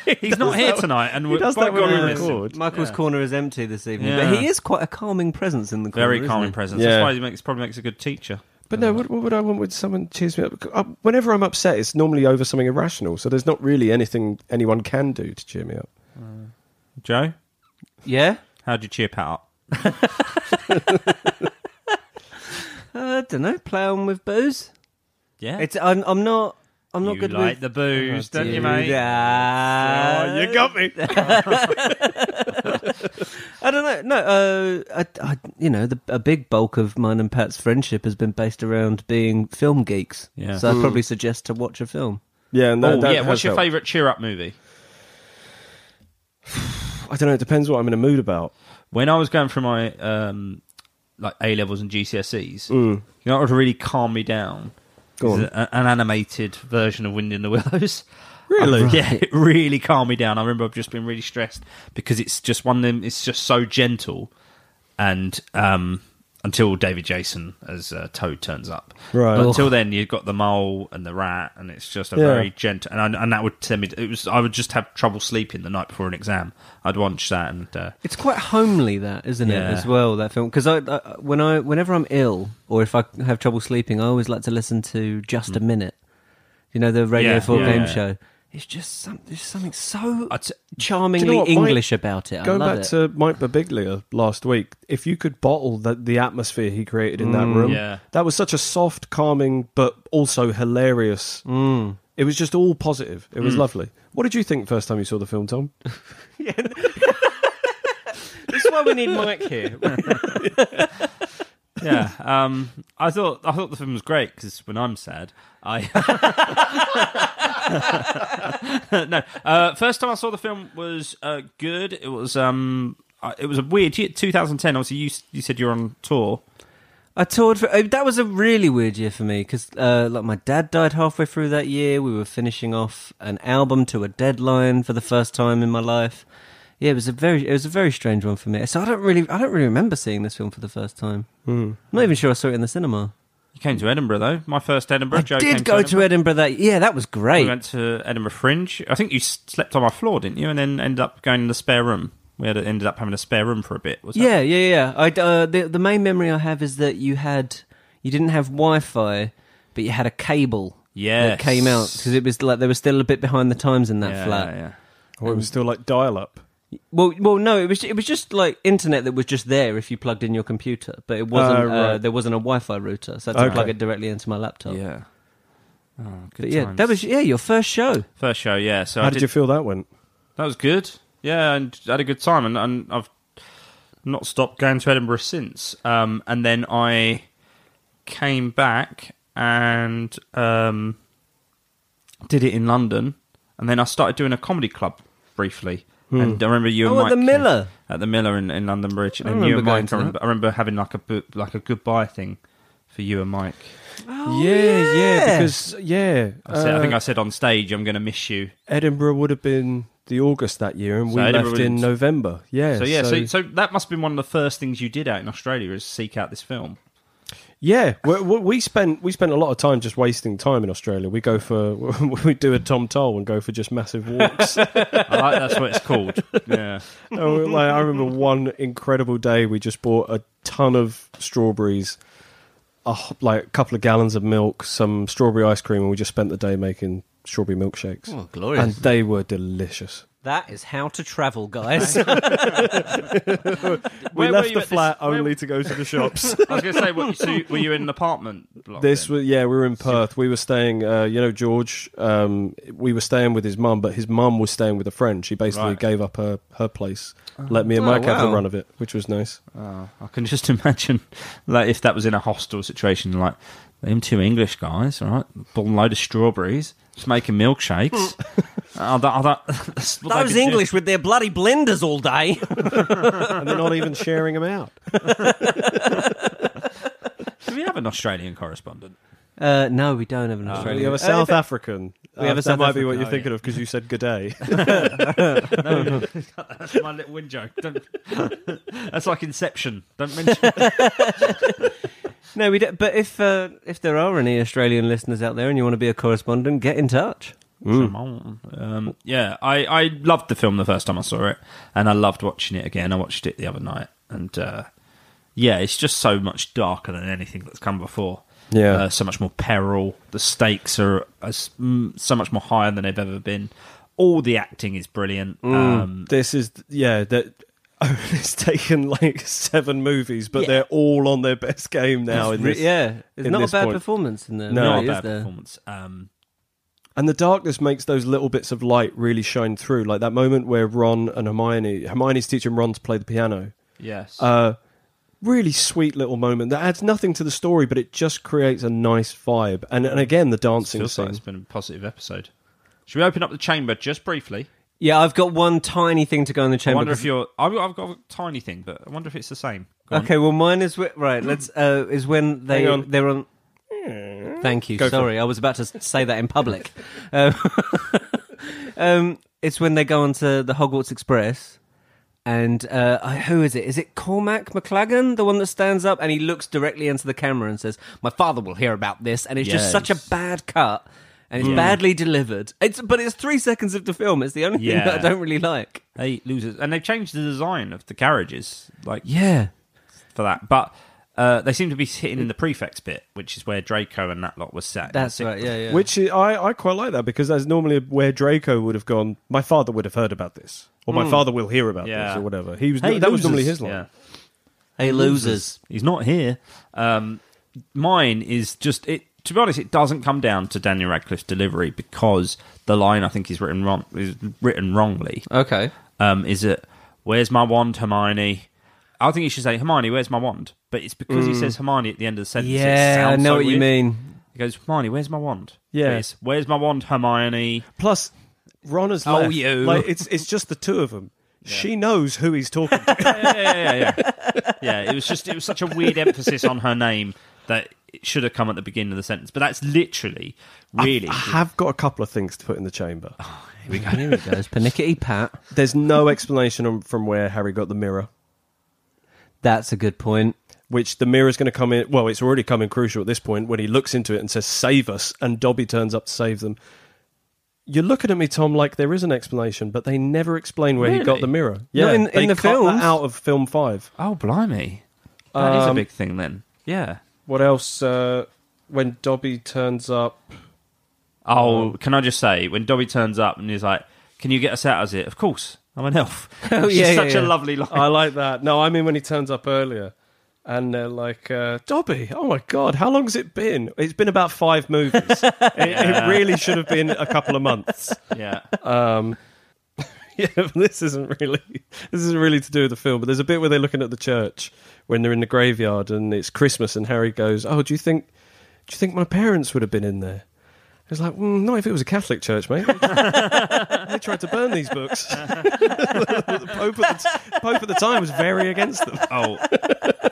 Speaker 1: he's not here tonight, and we're,
Speaker 3: does
Speaker 1: by
Speaker 3: that when
Speaker 1: God,
Speaker 3: we
Speaker 1: we miss him.
Speaker 3: record. Good.
Speaker 2: Michael's corner is empty this evening,
Speaker 1: Yeah.
Speaker 2: but he is quite a calming presence in the corner.
Speaker 1: Very
Speaker 2: isn't
Speaker 1: calming
Speaker 2: he?
Speaker 1: presence.
Speaker 3: Yeah.
Speaker 1: That's why he makes probably makes a good teacher.
Speaker 3: But no, what, what would I want when someone cheers me up? Uh, Whenever I'm upset, it's normally over something irrational. So there's not really anything anyone can do to cheer me up.
Speaker 1: Joe,
Speaker 2: Yeah.
Speaker 1: how do you cheer Pat up?
Speaker 2: Uh, I don't know. Play on with booze.
Speaker 1: Yeah,
Speaker 2: It's. I'm, I'm not. I'm not
Speaker 1: you
Speaker 2: good
Speaker 1: like
Speaker 2: with.
Speaker 1: the booze,
Speaker 2: Oh,
Speaker 1: don't you,
Speaker 2: dude.
Speaker 1: mate?
Speaker 2: Ah.
Speaker 1: Oh, you got me.
Speaker 2: I don't know. No, uh, I, I, you know, the, a big bulk of mine and Pat's friendship has been based around being film geeks.
Speaker 1: Yeah.
Speaker 2: So I'd probably suggest to watch a film.
Speaker 3: Yeah, and that,
Speaker 1: Oh,
Speaker 3: that
Speaker 1: yeah. What's
Speaker 3: has
Speaker 1: your
Speaker 3: helped.
Speaker 1: favourite cheer up movie?
Speaker 3: I don't know. It depends what I'm in a mood about.
Speaker 1: when I was going through my um, like A levels and GCSEs, you know, what would really calm me down.
Speaker 3: Mm. Go
Speaker 1: is
Speaker 3: on.
Speaker 1: a- an animated version of Wind in the Willows.
Speaker 3: Really?
Speaker 1: Uh, yeah, it really calmed me down. I remember I've just been really stressed because it's just one of them. It's just so gentle, and um, until David Jason as uh, Toad turns up,
Speaker 3: Right.
Speaker 1: But until then, you've got the mole and the rat, and it's just a
Speaker 3: Yeah.
Speaker 1: very gentle. And I, and that would send me. It was I would just have trouble sleeping the night before an exam. I'd watch that and. Uh,
Speaker 2: It's quite homely, that isn't
Speaker 1: Yeah.
Speaker 2: it? As well, that film because I, I when I whenever I'm ill or if I have trouble sleeping, I always like to listen to Just
Speaker 3: Hmm.
Speaker 2: a Minute. You know the Radio
Speaker 1: Yeah,
Speaker 2: Four
Speaker 1: yeah.
Speaker 2: game
Speaker 1: Yeah.
Speaker 2: show. It's just some, there's something so
Speaker 1: I'd s-
Speaker 2: charmingly
Speaker 3: Do you know what, Mike-
Speaker 2: English about it. I
Speaker 3: Going
Speaker 2: love
Speaker 3: back
Speaker 2: it.
Speaker 3: to Mike Babiglia last week, if you could bottle the, the atmosphere he created in that room,
Speaker 1: yeah.
Speaker 3: that was such a soft, calming, but also hilarious. It was just all positive. It was lovely. What did you think first time you saw the film, Tom?
Speaker 2: That's why we need Mike here.
Speaker 1: yeah. Um, I thought I thought the film was great because when I'm sad, I no. Uh, first time I saw the film was uh, good. It was um, I- it was a weird year, 2010. Obviously, you s- you said you're on tour.
Speaker 2: I toured for. oh, That was a really weird year for me because, uh, like, my dad died halfway through that year. We were finishing off an album to a deadline for the first time in my life. Yeah, it was a very, it was a very strange one for me. So I don't really, I don't really remember seeing this film for the first time.
Speaker 1: Hmm.
Speaker 2: Mm. I'm not even sure I saw it in the cinema.
Speaker 1: You came to Edinburgh though. My first Edinburgh.
Speaker 2: I
Speaker 1: Joe came
Speaker 2: did go to Edinburgh that. Yeah, that was
Speaker 1: We
Speaker 2: great.
Speaker 1: went to Edinburgh Fringe. I think you s- slept on my floor, didn't you? And then ended up going in the spare room. We had ended up having a spare room for a bit. Was that-
Speaker 2: Yeah, yeah, yeah. I uh, the the main memory I have is that you had you didn't have Wi-Fi, but you had a cable
Speaker 1: Yes.
Speaker 2: that came out because it was like they were still a bit behind the times in that
Speaker 1: Yeah,
Speaker 2: flat.
Speaker 1: yeah.
Speaker 3: Or it was still like dial up.
Speaker 2: Well, well, no, it was it was just like internet that was just there if you plugged in your computer, but it wasn't.
Speaker 3: Oh, right.
Speaker 2: uh, there wasn't a Wi-Fi router, so I had to
Speaker 3: Okay.
Speaker 2: plug it directly into my laptop.
Speaker 1: Yeah. Oh, good
Speaker 2: but yeah,
Speaker 1: times.
Speaker 2: that was yeah your first show.
Speaker 1: first show. Yeah. So
Speaker 3: How
Speaker 1: I
Speaker 3: did, you feel that went?
Speaker 1: That was good. Yeah, and I had a good time, and, and I've not stopped going to Edinburgh since. Um, and then I came back and um, did it in London, and then I started doing a comedy club briefly. And I remember you and
Speaker 2: Oh, at
Speaker 1: Mike
Speaker 2: the
Speaker 1: came-
Speaker 2: Miller.
Speaker 1: at the Miller in, in London Bridge, and
Speaker 2: remember
Speaker 1: you and
Speaker 2: going
Speaker 1: Mike.
Speaker 2: to
Speaker 1: I
Speaker 2: that.
Speaker 1: remember, I remember having like a bu- like a goodbye thing for you and Mike.
Speaker 3: yeah,
Speaker 2: yeah.
Speaker 3: because yeah,
Speaker 1: I, said, I
Speaker 3: uh,
Speaker 1: think I said on stage, "I'm going to miss you."
Speaker 3: Edinburgh would have been the August that year, and
Speaker 1: So
Speaker 3: we
Speaker 1: Edinburgh
Speaker 3: left in
Speaker 1: was-
Speaker 3: November. Yeah,
Speaker 1: So yeah, so, so that must have been one of the first things you did out in Australia is seek out this film.
Speaker 3: Yeah, we, we we spent we spent a lot of time just wasting time in Australia. We go for we do a Tom Toll and go for just massive walks. and
Speaker 1: I like that's what it's called. Yeah.
Speaker 3: we're like, I remember one incredible day we just bought a ton of strawberries, a h like a couple of gallons of milk, some strawberry ice cream, and we just spent the day making strawberry milkshakes.
Speaker 2: Oh, glorious.
Speaker 3: and they were delicious.
Speaker 2: that is how to travel, guys.
Speaker 1: Where
Speaker 3: we
Speaker 1: were
Speaker 3: left
Speaker 1: you at
Speaker 3: the
Speaker 1: this-
Speaker 3: flat
Speaker 1: where-
Speaker 3: only to go to the shops.
Speaker 1: I was going to say, what, so you- were you in an apartment block?
Speaker 3: This
Speaker 1: then?
Speaker 3: was yeah, we were in Perth. We were staying, uh, you know, George. Um, we were staying with his mum, but his mum was staying with a friend. She basically
Speaker 1: Right.
Speaker 3: gave up her her place, let me and Mike
Speaker 2: Oh,
Speaker 3: have the
Speaker 2: wow.
Speaker 3: run of it, which was nice.
Speaker 1: Oh, I can just imagine, like if that was in a hostel situation, like them two English guys, all right, bought a load of strawberries, just making milkshakes. oh, that, oh, that, that's what they've
Speaker 2: Those
Speaker 1: been doing.
Speaker 2: English with their bloody blenders all day.
Speaker 3: And they're not even sharing them out.
Speaker 1: Do we have an Australian correspondent?
Speaker 2: Uh, no, we don't have an
Speaker 3: We
Speaker 2: Australian.
Speaker 3: have a South African. Uh,
Speaker 2: we have a
Speaker 3: that
Speaker 2: South
Speaker 3: might be what
Speaker 2: African,
Speaker 3: you're thinking
Speaker 2: oh,
Speaker 3: of because you said good day.
Speaker 1: That's my little wind joke. Don't, that's like Inception. Don't mention.
Speaker 2: no, we don't. But if uh, if there are any Australian listeners out there and you want to be a correspondent, get in touch. Hmm.
Speaker 1: Um, yeah, I, I loved the film the first time I saw it, and I loved watching it again. I watched it the other night, and uh, yeah, it's just so much darker than anything that's come before.
Speaker 3: Yeah.
Speaker 1: uh, so much more peril. The stakes are as, mm, so much more higher than they've ever been. All the acting is brilliant.
Speaker 2: Hmm.
Speaker 1: Um,
Speaker 3: this is yeah that. It's taken like seven movies, but
Speaker 2: Yeah.
Speaker 3: they're all on their best game now. In
Speaker 2: Re-
Speaker 3: this,
Speaker 2: yeah, it's
Speaker 3: in
Speaker 2: not a
Speaker 3: this
Speaker 2: bad
Speaker 3: point.
Speaker 2: performance in there.
Speaker 3: No,
Speaker 1: not
Speaker 2: really,
Speaker 1: a
Speaker 2: is
Speaker 1: bad
Speaker 2: there?
Speaker 1: performance. Um,
Speaker 3: And the darkness makes those little bits of light really shine through, like that moment where Ron and Hermione, Hermione's teaching Ron to play the piano.
Speaker 1: yes,
Speaker 3: Uh, really sweet little moment that adds nothing to the story, but it just creates a nice vibe. And and again, the dancing
Speaker 1: feels like it's
Speaker 3: scene.
Speaker 1: been a positive episode. Should we open up the chamber just briefly?
Speaker 2: Yeah, I've got one tiny thing to go in the
Speaker 1: I
Speaker 2: chamber.
Speaker 1: wonder if you're. I've I've got a tiny thing, but I wonder if it's the same. Go on.
Speaker 2: Okay, well, mine is wh- right. Let's uh, is when they
Speaker 3: Hang on.
Speaker 2: they're on. Thank you.
Speaker 3: Go for
Speaker 2: Sorry, I was about to s- say that in public. um, um, it's when they go onto the Hogwarts Express, and uh, I- who is it? Is it Cormac McLagan, the one that stands up and he looks directly into the camera and says, "My father will hear about this," and it's just such a
Speaker 1: Yes.
Speaker 2: bad cut. And it's badly delivered. It's but it's three seconds of the film. It's the only thing that
Speaker 1: Yeah.
Speaker 2: I don't really like.
Speaker 1: They losers, and they've changed the design of the carriages, like
Speaker 2: Yeah,
Speaker 1: for that. But uh, they seem to be hitting in the prefects bit, which is where Draco and that lot was set.
Speaker 2: that's
Speaker 1: It-
Speaker 2: right. Yeah, yeah.
Speaker 3: Which is, I, I quite like that because that's normally where Draco would have gone, my father would have heard about this. Or my father will hear about
Speaker 1: Hmm. Yeah.
Speaker 3: this, or whatever. He was
Speaker 1: Hey,
Speaker 3: that was normally
Speaker 1: losers.
Speaker 3: his line.
Speaker 1: Yeah.
Speaker 2: hey, losers.
Speaker 1: He's not here. Um, mine is just it. To be honest, it doesn't come down to Daniel Radcliffe's delivery because the line I think is written wrong is written wrongly.
Speaker 2: Okay.
Speaker 1: um, is it where's my wand, Hermione? I think he should say Hermione, where's my wand? But it's because he says Hermione at the end of the sentence. it
Speaker 2: Mm. Yeah, I
Speaker 1: sounds
Speaker 2: know
Speaker 1: so
Speaker 2: what you
Speaker 1: weird.
Speaker 2: mean.
Speaker 1: He goes, Hermione, where's my wand?
Speaker 3: Yeah.
Speaker 1: But it's, where's my wand, Hermione?
Speaker 3: Plus, Ron has
Speaker 2: Oh,
Speaker 3: left.
Speaker 2: you.
Speaker 3: Like, it's, it's just the two of them. She knows who he's talking to.
Speaker 1: yeah, yeah, yeah, yeah. Yeah, it was just it was such a weird emphasis on her name that it should have come at the beginning of the sentence. But that's literally really
Speaker 3: I have got a couple of things to put in the chamber.
Speaker 2: Here it goes. Panickety Pat.
Speaker 3: There's no explanation on, from where Harry got the mirror,
Speaker 2: That's a good point.
Speaker 3: which the mirror's going to come in. Well, it's already come in crucial at this point when he looks into it and says, Save us. And Dobby turns up to save them. You're looking at me, Tom, like there is an explanation, but they never explain where he got
Speaker 1: Really?
Speaker 3: the mirror. Yeah,
Speaker 2: in- in
Speaker 3: they
Speaker 2: the
Speaker 3: cut that
Speaker 2: films.
Speaker 3: out of film five.
Speaker 1: Oh blimey. that is a
Speaker 3: Um,
Speaker 1: big thing then. Yeah.
Speaker 3: What else? Uh, when Dobby turns up,
Speaker 1: Oh, can I just say, when Dobby turns up and he's like, Can you get us out of it? Of course. I'm an elf.
Speaker 2: Oh,
Speaker 1: It's
Speaker 2: yeah, yeah,
Speaker 1: such a
Speaker 2: yeah.
Speaker 1: lovely line.
Speaker 3: I like that. No, I mean when he turns up earlier, and they're like, uh, "Dobby, oh my god, how long's it been? It's been about five movies. it, it really should have been a couple of months."
Speaker 1: Yeah.
Speaker 3: Um, yeah, but this isn't really this isn't really to do with the film, but there's a bit where they're looking at the church when they're in the graveyard and it's Christmas, and Harry goes, "Oh, do you think do you think my parents would have been in there?" It's like, mm, not if it was a Catholic church, mate. they tried to burn these books. the Pope at the, t- Pope at the time was very against them.
Speaker 1: Oh,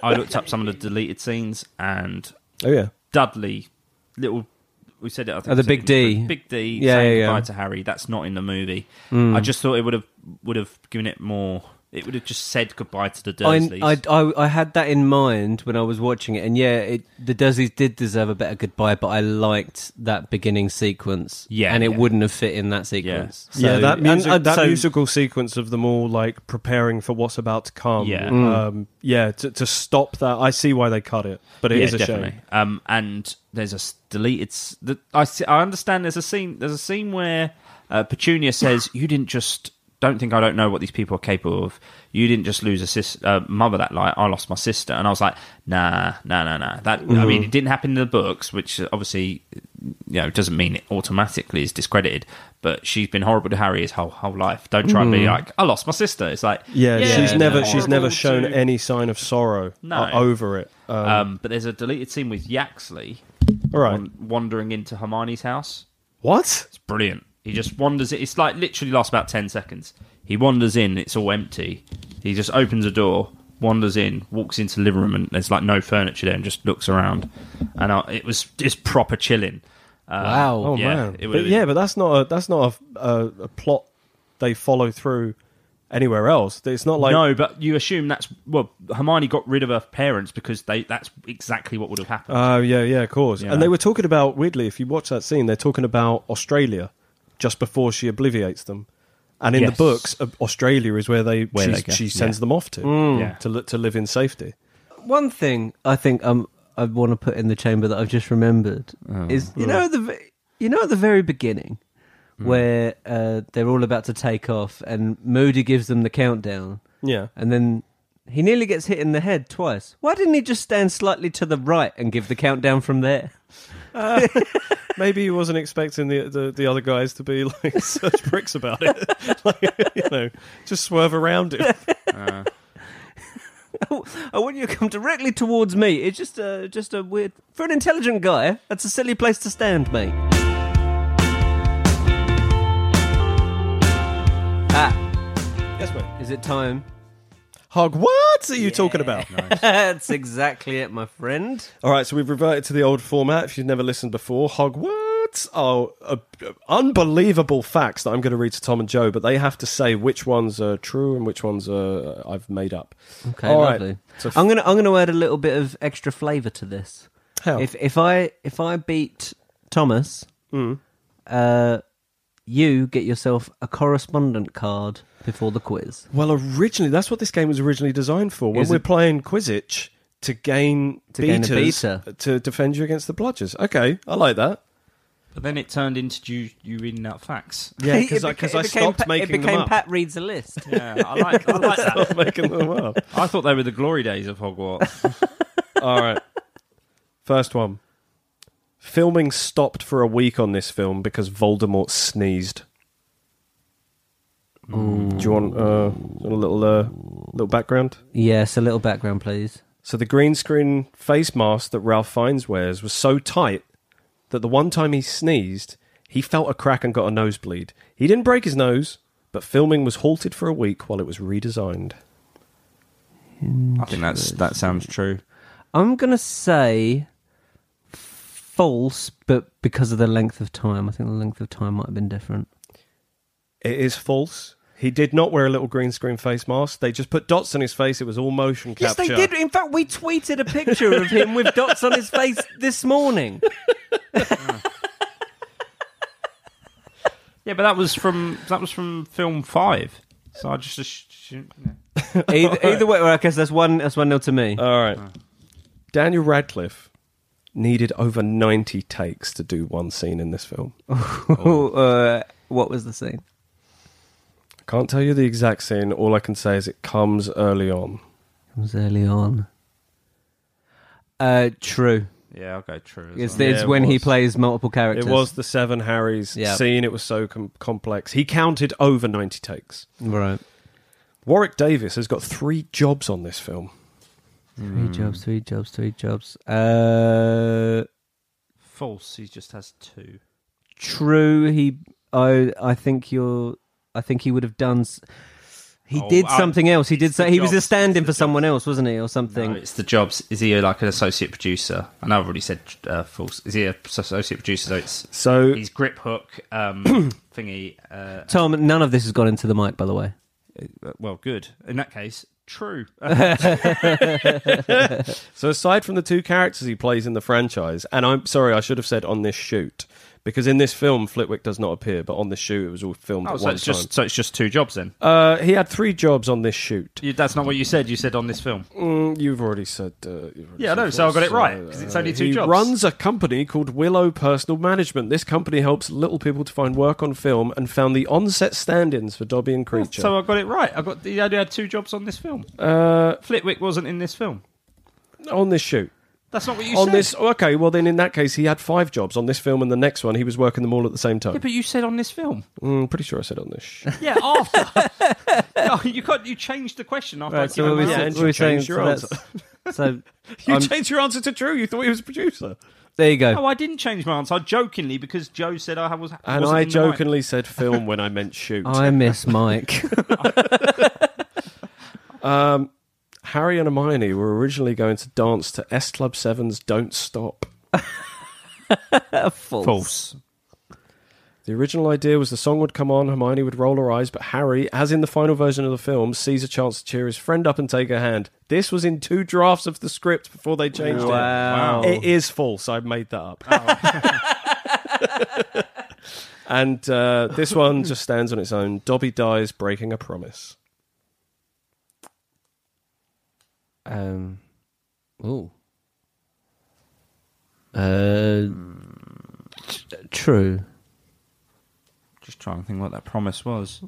Speaker 1: I looked up some of the deleted scenes and
Speaker 3: Oh yeah,
Speaker 1: Dudley, little. We said it. I think
Speaker 2: Oh, the
Speaker 1: we said
Speaker 2: Big
Speaker 1: it,
Speaker 2: D.
Speaker 1: Big D.
Speaker 2: Yeah,
Speaker 1: saying
Speaker 2: Hmm. yeah, yeah.
Speaker 1: goodbye to Harry. That's not in the movie. I just thought it would have would have given it more It would have just said goodbye to the
Speaker 2: I,
Speaker 1: Dursleys.
Speaker 2: I, I, I had that in mind when I was watching it, and yeah, it, the Dursleys did deserve a better goodbye, but I liked that beginning sequence,
Speaker 1: Yeah,
Speaker 2: and it
Speaker 1: yeah.
Speaker 2: wouldn't have fit in that sequence.
Speaker 3: yeah,
Speaker 2: So-
Speaker 3: that, music,
Speaker 2: and, uh,
Speaker 3: that
Speaker 2: so-
Speaker 3: musical sequence of them all like preparing for what's about to come.
Speaker 1: Yeah.
Speaker 3: um, yeah. To, to stop that, I see why they cut it, but it
Speaker 1: Yeah,
Speaker 3: is a
Speaker 1: definitely.
Speaker 3: shame.
Speaker 1: Um, and there's a s- deleted. s- The, I see- I understand. There's a scene. There's a scene where uh, Petunia says, "You didn't just don't think I don't know what these people are capable of. You didn't just lose a sis- uh, mother that night. I lost my sister." And I was like, "Nah, nah, nah, nah." That I
Speaker 3: Mm.
Speaker 1: mean, it didn't happen in the books, which uh, obviously you know doesn't mean it automatically is discredited. But she's been horrible to Harry his whole whole life. Don't try and be like, "I lost my sister." It's like,
Speaker 3: Mm. Yeah, she's
Speaker 1: no,
Speaker 3: never
Speaker 1: no.
Speaker 3: she's never
Speaker 4: Horrible
Speaker 3: shown
Speaker 4: to-
Speaker 3: any sign of sorrow
Speaker 1: No.
Speaker 3: uh, over it. Um,
Speaker 1: Um, but there's a deleted scene with Yaxley
Speaker 3: all right,
Speaker 1: wan- wandering into Hermione's house.
Speaker 3: what?
Speaker 1: It's brilliant. He just wanders. in- It's like literally lasts about ten seconds. He wanders in. It's all empty. He just opens a door, wanders in, walks into the living room, and there's like no furniture there, and just looks around. And I, it was just proper chilling. Uh,
Speaker 2: Wow.
Speaker 3: Oh
Speaker 1: yeah,
Speaker 3: man,
Speaker 1: it
Speaker 3: but
Speaker 1: would've
Speaker 3: yeah,
Speaker 1: been-
Speaker 3: but that's not a that's not a, a, a plot they follow through anywhere else. It's not like
Speaker 1: no, but you assume that's well. Hermione got rid of her parents because they. That's exactly what would have happened.
Speaker 3: Oh yeah, yeah, of course.
Speaker 1: Yeah.
Speaker 3: And they were talking about weirdly, if you watch that scene, they're talking about Australia just before she obliviates them. And in
Speaker 1: Yes.
Speaker 3: the books, uh, Australia is where they,
Speaker 1: Where
Speaker 3: she,
Speaker 1: they go,
Speaker 3: she
Speaker 1: yeah.
Speaker 3: sends
Speaker 1: Mm.
Speaker 3: them off to
Speaker 1: Yeah.
Speaker 3: to li- to live in safety.
Speaker 2: One thing I think um, I want to put in the chamber that I've just remembered is you know the v- you know at the very beginning where uh, they're all about to take off and Moody gives them the countdown
Speaker 3: Yeah,
Speaker 2: and then he nearly gets hit in the head twice. Why didn't he just stand slightly to the right and give the countdown from there?
Speaker 3: maybe he wasn't expecting the, the the other guys to be like such pricks about it. like, you know, just swerve around him.
Speaker 2: I want you to come directly towards me. It's just a just a weird for an intelligent guy. That's a silly place to stand, mate. Ah,
Speaker 3: yes, mate.
Speaker 2: is it time?
Speaker 3: Hog, what are you talking about?
Speaker 2: That's exactly it, my friend.
Speaker 3: All right, so we've reverted to the old format. If you've never listened before, Hogwarts are uh, unbelievable facts that I'm going to read to Tom and Joe, but they have to say which ones are true and which ones are uh, I've made up.
Speaker 2: Okay,
Speaker 3: All right.
Speaker 2: lovely.
Speaker 3: So f-
Speaker 2: I'm gonna I'm gonna add a little bit of extra flavour to this.
Speaker 3: How?
Speaker 2: If if I if I beat Thomas,
Speaker 3: Mm.
Speaker 2: uh, you get yourself a correspondent card before the quiz.
Speaker 3: Well, originally, that's what this game was originally designed for. When
Speaker 2: Is
Speaker 3: we're
Speaker 2: it-
Speaker 3: playing Quidditch to gain
Speaker 2: To gain a
Speaker 3: beaters
Speaker 2: beater.
Speaker 3: to defend you against the bludgers. Okay, I like that.
Speaker 1: but then it turned into you, you reading out facts.
Speaker 3: Yeah,
Speaker 2: It
Speaker 3: because I,
Speaker 2: beca-
Speaker 3: 'cause
Speaker 2: it
Speaker 3: I
Speaker 2: became
Speaker 3: stopped
Speaker 2: Pat-
Speaker 3: making
Speaker 2: It became
Speaker 3: them up.
Speaker 2: Pat reads a list.
Speaker 1: Yeah, I like, I like that.
Speaker 3: Stop making them up.
Speaker 1: I thought they were the glory days of Hogwarts.
Speaker 3: All right. First one. Filming stopped for a week on this film because Voldemort sneezed. Do you want, uh, do you want a little uh, little background?
Speaker 2: yes, a little background, please.
Speaker 3: So the green screen face mask that Ralph Fiennes wears was so tight that the one time he sneezed, he felt a crack and got a nosebleed. He didn't break his nose, but filming was halted for a week while it was redesigned.
Speaker 1: I think that's that sounds true.
Speaker 2: I'm gonna say false, but because of the length of time, I think the length of time might have been different.
Speaker 3: It is false. He did not wear a little green screen face mask. They just put dots on his face. It was all motion capture.
Speaker 2: Yes, they did. In fact, we tweeted a picture of him with dots on his face this morning.
Speaker 1: Yeah, but that was from that was from film five. So I just assume,
Speaker 2: Either, either way, well, I guess that's one. That's one nil to me.
Speaker 3: All right. Daniel Radcliffe needed over 90 takes to do one scene in this film. I
Speaker 2: uh, what was the scene?
Speaker 3: can't tell you the exact scene. All I can say is it comes early on.
Speaker 2: It was early on. Uh, true.
Speaker 1: yeah, I'll go true. As
Speaker 2: It's,
Speaker 1: well.
Speaker 2: it's
Speaker 3: Yeah, it
Speaker 2: when he
Speaker 3: was.
Speaker 2: plays multiple characters.
Speaker 3: It was the Seven Harrys
Speaker 2: Yeah.
Speaker 3: scene. It was so com- complex. He counted over 90 takes.
Speaker 2: right.
Speaker 3: Warwick Davis has got three jobs on this film.
Speaker 1: Hmm.
Speaker 2: Three jobs, three jobs, three jobs. Uh,
Speaker 1: false. He just has two.
Speaker 2: true. He. I. I think you're. I think he would have done. s- He
Speaker 1: Oh,
Speaker 2: did
Speaker 1: I-
Speaker 2: something else. He did.
Speaker 1: it's
Speaker 2: say
Speaker 1: the
Speaker 2: he was a
Speaker 1: jobs,
Speaker 2: stand-in
Speaker 1: it's
Speaker 2: for
Speaker 1: the
Speaker 2: someone else, wasn't he, or something?
Speaker 1: No, it's the jobs. Is he like an associate producer? I know I've already said uh, false. Is he a s- associate producer? So it's
Speaker 3: So
Speaker 1: he's grip hook um, thingy. Uh,
Speaker 2: Tom, none of this has gone into the mic, by the way.
Speaker 1: Uh, Well, good. In that case, true.
Speaker 3: So aside from the two characters he plays in the franchise, and I'm sorry, I should have said on this shoot because in this film Flitwick does not appear, but on this shoot it was all filmed
Speaker 1: oh,
Speaker 3: at
Speaker 1: so
Speaker 3: one
Speaker 1: it's
Speaker 3: time.
Speaker 1: just so it's just two jobs then.
Speaker 3: Uh, he had three jobs on this shoot.
Speaker 1: You, that's not what you said. You said on this film.
Speaker 3: Mm, you've already said. Uh, you've already
Speaker 1: Yeah, I
Speaker 3: said
Speaker 1: know, so I got it
Speaker 3: so,
Speaker 1: right, 'cause it's
Speaker 3: uh,
Speaker 1: only two
Speaker 3: he
Speaker 1: jobs.
Speaker 3: runs a company called Willow Personal Management. This company helps little people to find work on film and found the on-set stand-ins for Dobby and Creature.
Speaker 1: Oh, So I got it right. I got he only had two jobs on this film.
Speaker 3: uh,
Speaker 1: Flitwick wasn't in this film.
Speaker 3: on this shoot,
Speaker 1: That's not what you
Speaker 3: on
Speaker 1: said.
Speaker 3: this. Okay, well then, in that case, he had five jobs on this film and the next one. He was working them all at the same time.
Speaker 1: Yeah, but you said on this film.
Speaker 3: Mm, pretty sure I said on this. shoot.
Speaker 1: Yeah, after. no, you got you changed the question after. I
Speaker 2: Right, so
Speaker 1: gave
Speaker 2: what we
Speaker 1: my
Speaker 3: Yeah,
Speaker 2: sa-
Speaker 1: answer.
Speaker 3: and
Speaker 2: what
Speaker 3: you
Speaker 2: we saying?
Speaker 3: changed your
Speaker 2: so
Speaker 3: answer.
Speaker 2: that's- So
Speaker 3: you
Speaker 2: I'm-
Speaker 3: changed your answer to true. You thought he was a producer,
Speaker 2: there you go.
Speaker 1: No, Oh, I didn't change my answer. I jokingly because Joe said I was.
Speaker 3: and
Speaker 1: wasn't
Speaker 3: I
Speaker 1: in the right.
Speaker 3: jokingly said film when I meant shoot.
Speaker 2: I miss Mike.
Speaker 3: Um, Harry and Hermione were originally going to dance to S Club 7's Don't Stop.
Speaker 2: False.
Speaker 1: False.
Speaker 3: The original idea was the song would come on, Hermione would roll her eyes, but Harry, as in the final version of the film, sees a chance to cheer his friend up and take her hand. This was in two drafts of the script before they changed
Speaker 2: Wow.
Speaker 3: it. It is false. I made that up.
Speaker 2: Oh.
Speaker 3: and uh, this one just stands on its own. Dobby dies breaking a promise.
Speaker 2: Um. Ooh. Uh.
Speaker 3: Hmm.
Speaker 2: t- Uh, True.
Speaker 1: Just trying to think what that promise was.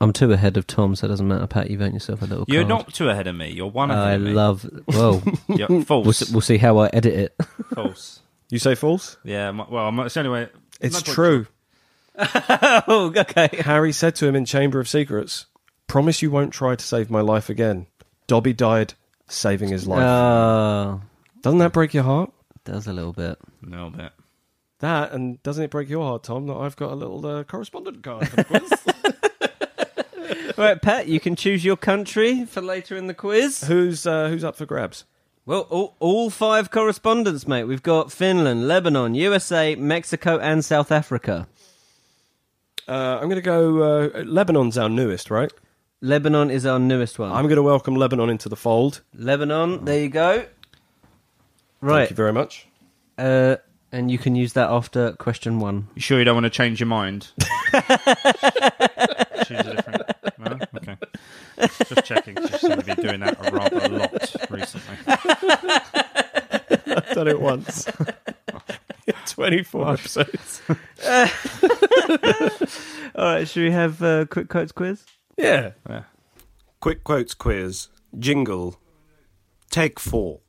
Speaker 2: I'm too ahead of Tom, so it doesn't matter. Pat, you've earned yourself a little.
Speaker 1: You're
Speaker 2: card.
Speaker 1: not too ahead of me. You're one ahead
Speaker 2: I
Speaker 1: of me.
Speaker 2: love. Well,
Speaker 1: You're- false.
Speaker 2: we'll, s- we'll see how I edit it.
Speaker 1: false.
Speaker 3: You say false?
Speaker 1: Yeah. my- Well, I'm, it's anyway.
Speaker 3: It's true.
Speaker 2: oh, okay.
Speaker 3: Harry said to him in Chamber of Secrets, Promise you won't try to save my life again. Dobby died saving his life.
Speaker 2: Oh,
Speaker 3: doesn't that break your heart?
Speaker 2: does a little bit.
Speaker 1: A little bit.
Speaker 3: That, and doesn't it break your heart, Tom, that I've got a little uh, correspondent card for the quiz?
Speaker 2: Right, Pat, you can choose your country for later in the quiz.
Speaker 3: who's, uh, who's up for grabs?
Speaker 2: Well, all, all five correspondents, mate. We've got Finland, Lebanon, USA, Mexico, and South Africa.
Speaker 3: Uh, I'm going to go. Uh, Lebanon's our newest, right?
Speaker 2: Lebanon is our newest one.
Speaker 3: I'm going to welcome Lebanon into the fold.
Speaker 2: Lebanon, there you go. Right,
Speaker 3: Thank you very much.
Speaker 2: uh, and you can use that after question one.
Speaker 1: You sure you don't want to change your mind? Choose a different. No? Okay. Just checking. 'cause You seem to be doing that a rather a lot recently.
Speaker 3: I've done it once. 24 episodes.
Speaker 2: All right, should we have uh, quick quotes quiz?
Speaker 3: Yeah.
Speaker 1: Yeah.
Speaker 4: Quick quotes quiz. Jingle. Take four.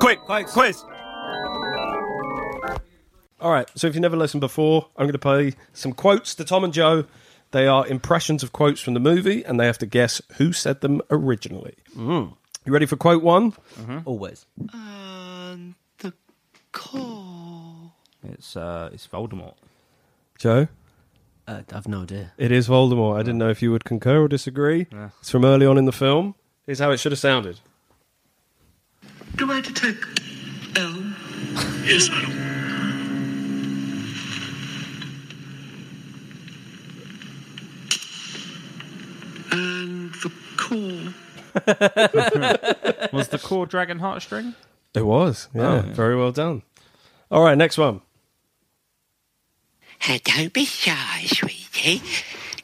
Speaker 4: Quick quotes quiz.
Speaker 3: All right. So if you never listened before, I'm going to play some quotes to Tom and Joe. They are impressions of quotes from the movie, and they have to guess who said them originally.
Speaker 4: Mm.
Speaker 3: You ready for quote one?
Speaker 2: Always.
Speaker 1: It's uh, it's Voldemort.
Speaker 3: Joe?
Speaker 2: Uh, I've no idea.
Speaker 3: It is Voldemort. I didn't know if you would concur or disagree.
Speaker 1: Yeah.
Speaker 3: It's from early on in the film. Here's how it should have sounded.
Speaker 5: Do I detect L?
Speaker 6: Yes, Adam.
Speaker 5: And the core.
Speaker 1: Was the core dragon heartstring?
Speaker 3: It was. Yeah. Very well done. All right. Next one.
Speaker 7: Hey, don't be shy, sweetie.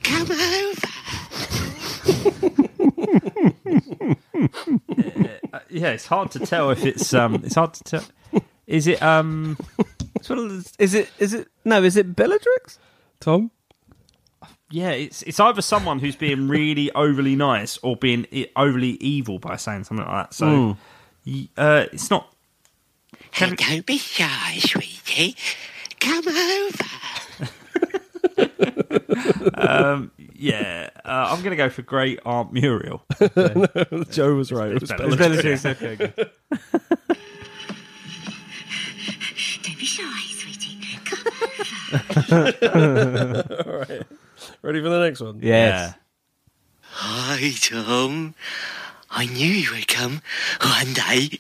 Speaker 7: Come over.
Speaker 1: Yeah, it's hard to tell if it's um, it's hard to tell. Is it um?
Speaker 2: It's one of the- is it? Is it? No, is it Bellatrix?
Speaker 3: Tom?
Speaker 1: Yeah, it's it's either someone who's being really overly nice or being i- overly evil by saying something like that. So, y- uh, it's not.
Speaker 7: Hey, don't be shy, sweetie. Come over.
Speaker 1: Yeah, uh, I'm gonna go for Great Aunt Muriel.
Speaker 3: Joe was right. It was
Speaker 1: Bellatrix.
Speaker 3: Bellatrix.
Speaker 2: okay.
Speaker 7: Don't be shy, sweetie.
Speaker 3: Ready for the next one?
Speaker 2: Yes.
Speaker 7: Hi, Tom. I knew you would come one day.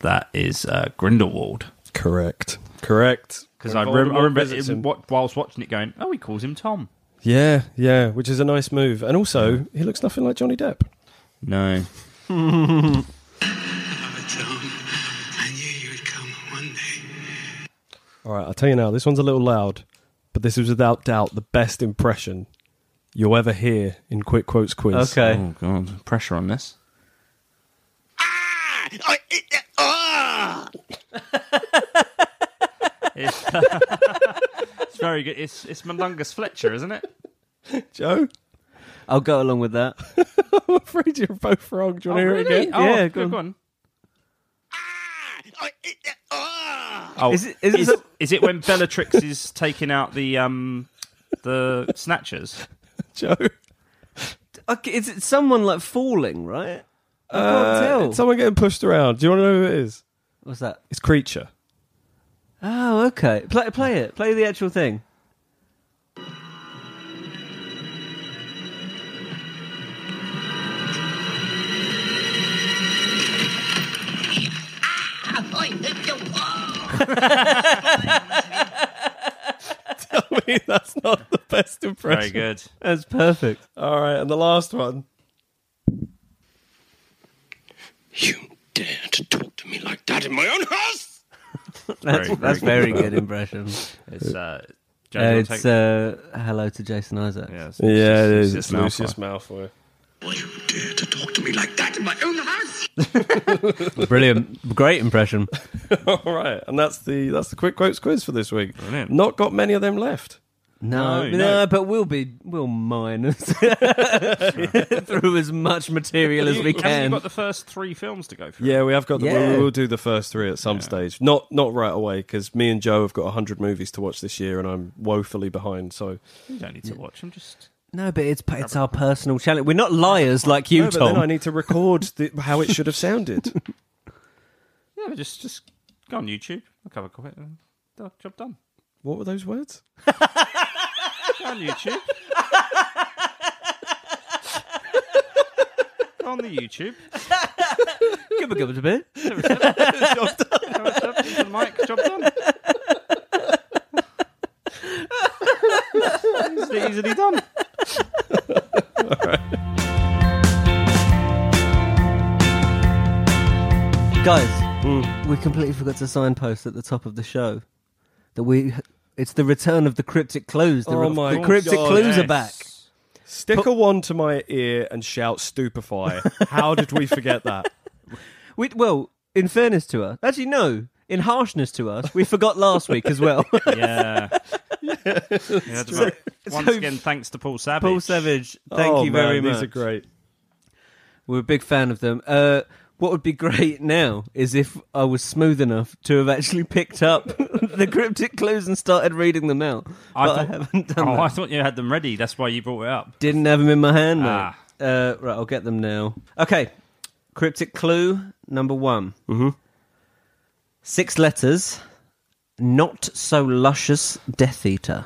Speaker 1: that is uh, Grindelwald.
Speaker 3: Correct. Correct.
Speaker 1: because I,
Speaker 3: When
Speaker 1: rem- I
Speaker 3: Voldemort
Speaker 1: remember
Speaker 3: visits
Speaker 1: it,
Speaker 3: him.
Speaker 1: wa- whilst watching it going, oh, he calls him Tom.
Speaker 3: Yeah, yeah, which is a nice move. And also, he looks nothing like Johnny Depp.
Speaker 1: No,
Speaker 5: Oh, Tom, I knew you would come one day.
Speaker 3: All right, I'll tell you now, this one's a little loud, but this is without doubt the best impression you'll ever hear in Quick Quotes Quiz.
Speaker 2: Okay.
Speaker 1: oh god, pressure on this.
Speaker 7: Ah! Oh, it, oh!
Speaker 1: It's, it's very good. It's it's Malungus Fletcher, isn't it?
Speaker 3: Joe,
Speaker 2: I'll go along with that.
Speaker 3: I'm afraid you're both wrong. Do you
Speaker 1: Oh,
Speaker 3: want to hear it
Speaker 1: really?
Speaker 3: again?
Speaker 1: Oh,
Speaker 2: Yeah,
Speaker 1: go,
Speaker 2: go
Speaker 1: on.
Speaker 7: Ah! Oh, it, oh!
Speaker 1: Oh,
Speaker 2: Is it- is it so-
Speaker 1: is it when Bellatrix is taking out the um the snatchers?
Speaker 3: Joe.
Speaker 2: Okay, is it someone like falling, right? I
Speaker 3: Uh,
Speaker 2: can't tell.
Speaker 3: it's someone getting pushed around. Do you want to know who it is?
Speaker 2: What's that?
Speaker 3: It's Creature.
Speaker 2: Oh, okay. Play, play it. Play the actual thing.
Speaker 7: Oh, it, oh!
Speaker 3: I mean, that's not the best impression.
Speaker 1: Very good.
Speaker 2: That's perfect.
Speaker 3: All right, and the last one.
Speaker 7: You dare to talk to me like that in my own house?
Speaker 2: That's
Speaker 1: Very,
Speaker 2: that's
Speaker 1: very
Speaker 2: very good impression.
Speaker 1: It's uh, Joe, do
Speaker 2: Uh,
Speaker 1: you wanna
Speaker 2: it's
Speaker 1: take-
Speaker 2: uh, hello to Jason Isaacs.
Speaker 1: yeah, it's,
Speaker 3: Yeah, it is.
Speaker 1: Lucius
Speaker 3: It's
Speaker 1: Malfoy.
Speaker 3: Lucius Malfoy.
Speaker 7: Will you dare to talk to me like that in my own house?
Speaker 2: Brilliant, great impression.
Speaker 3: All right, and that's the that's the quick quotes quiz for this week.
Speaker 1: Brilliant.
Speaker 3: Not got many of them left.
Speaker 2: No,
Speaker 1: No,
Speaker 2: no,
Speaker 1: no.
Speaker 2: but we'll be we'll mine us through as much material as we
Speaker 1: You- haven't you
Speaker 2: can.
Speaker 1: got the first three films to go through.
Speaker 3: Yeah, we have got. The,
Speaker 2: Yeah.
Speaker 3: we will do the first three at some stage. Not not right away because me and Joe have got hundred movies to watch this year, and I'm woefully behind. So
Speaker 1: You don't need to watch them. Just
Speaker 2: No, but it's it's our personal challenge. We're not liars like you,
Speaker 3: No, but
Speaker 2: Tom.
Speaker 3: then I need to record the, how it should have sounded.
Speaker 1: yeah, just just go on YouTube. Look, have a quick and do- job done.
Speaker 3: what were those words?
Speaker 1: Go on YouTube. Go on the YouTube.
Speaker 2: Give a give it a bit.
Speaker 1: Go on the- into the mic. Job done. Easily- Easily done.
Speaker 2: Guys, we completely forgot to signpost at the top of the show that we it's the return of the cryptic clues. The,
Speaker 3: Oh
Speaker 2: re-
Speaker 3: my
Speaker 2: the cryptic
Speaker 3: God,
Speaker 2: clues
Speaker 1: yes.
Speaker 2: are back.
Speaker 3: Stick a wand to my ear and shout stupefy. How did we forget that?
Speaker 2: We, well, in fairness to us, actually no, in harshness to us, we forgot last week as well.
Speaker 1: Yeah. yeah that's right. Once
Speaker 2: So-
Speaker 1: again, thanks to Paul Savage.
Speaker 2: Paul Savage, thank
Speaker 3: Oh,
Speaker 2: you
Speaker 3: man,
Speaker 2: very much.
Speaker 3: These are great.
Speaker 2: We're a big fan of them. Uh, what would be great now is if I was smooth enough to have actually picked up the cryptic clues and started reading them out.
Speaker 1: I
Speaker 2: but I
Speaker 1: thought-
Speaker 2: haven't done
Speaker 1: Oh,
Speaker 2: that.
Speaker 1: I thought you had them ready. That's why you brought it up.
Speaker 2: Didn't have them in my hand, mate.
Speaker 1: Ah.
Speaker 2: Uh, right, I'll get them now. Okay, cryptic clue number one. Mm-hmm. Six letters. Not so luscious, Death Eater.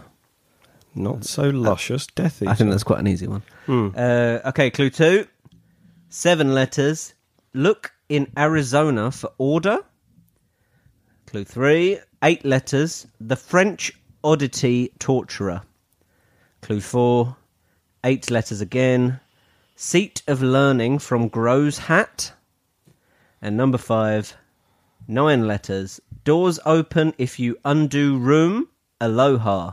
Speaker 3: Not so luscious, death
Speaker 2: I
Speaker 3: eater.
Speaker 2: think that's quite an easy one. Uh, okay, clue two. Seven letters. Look in Arizona for order. Clue three. Eight letters. The French oddity torturer. Clue four. Eight letters again. Seat of learning from Gro's hat. And number five. Nine letters. Doors open if you undo room. Aloha.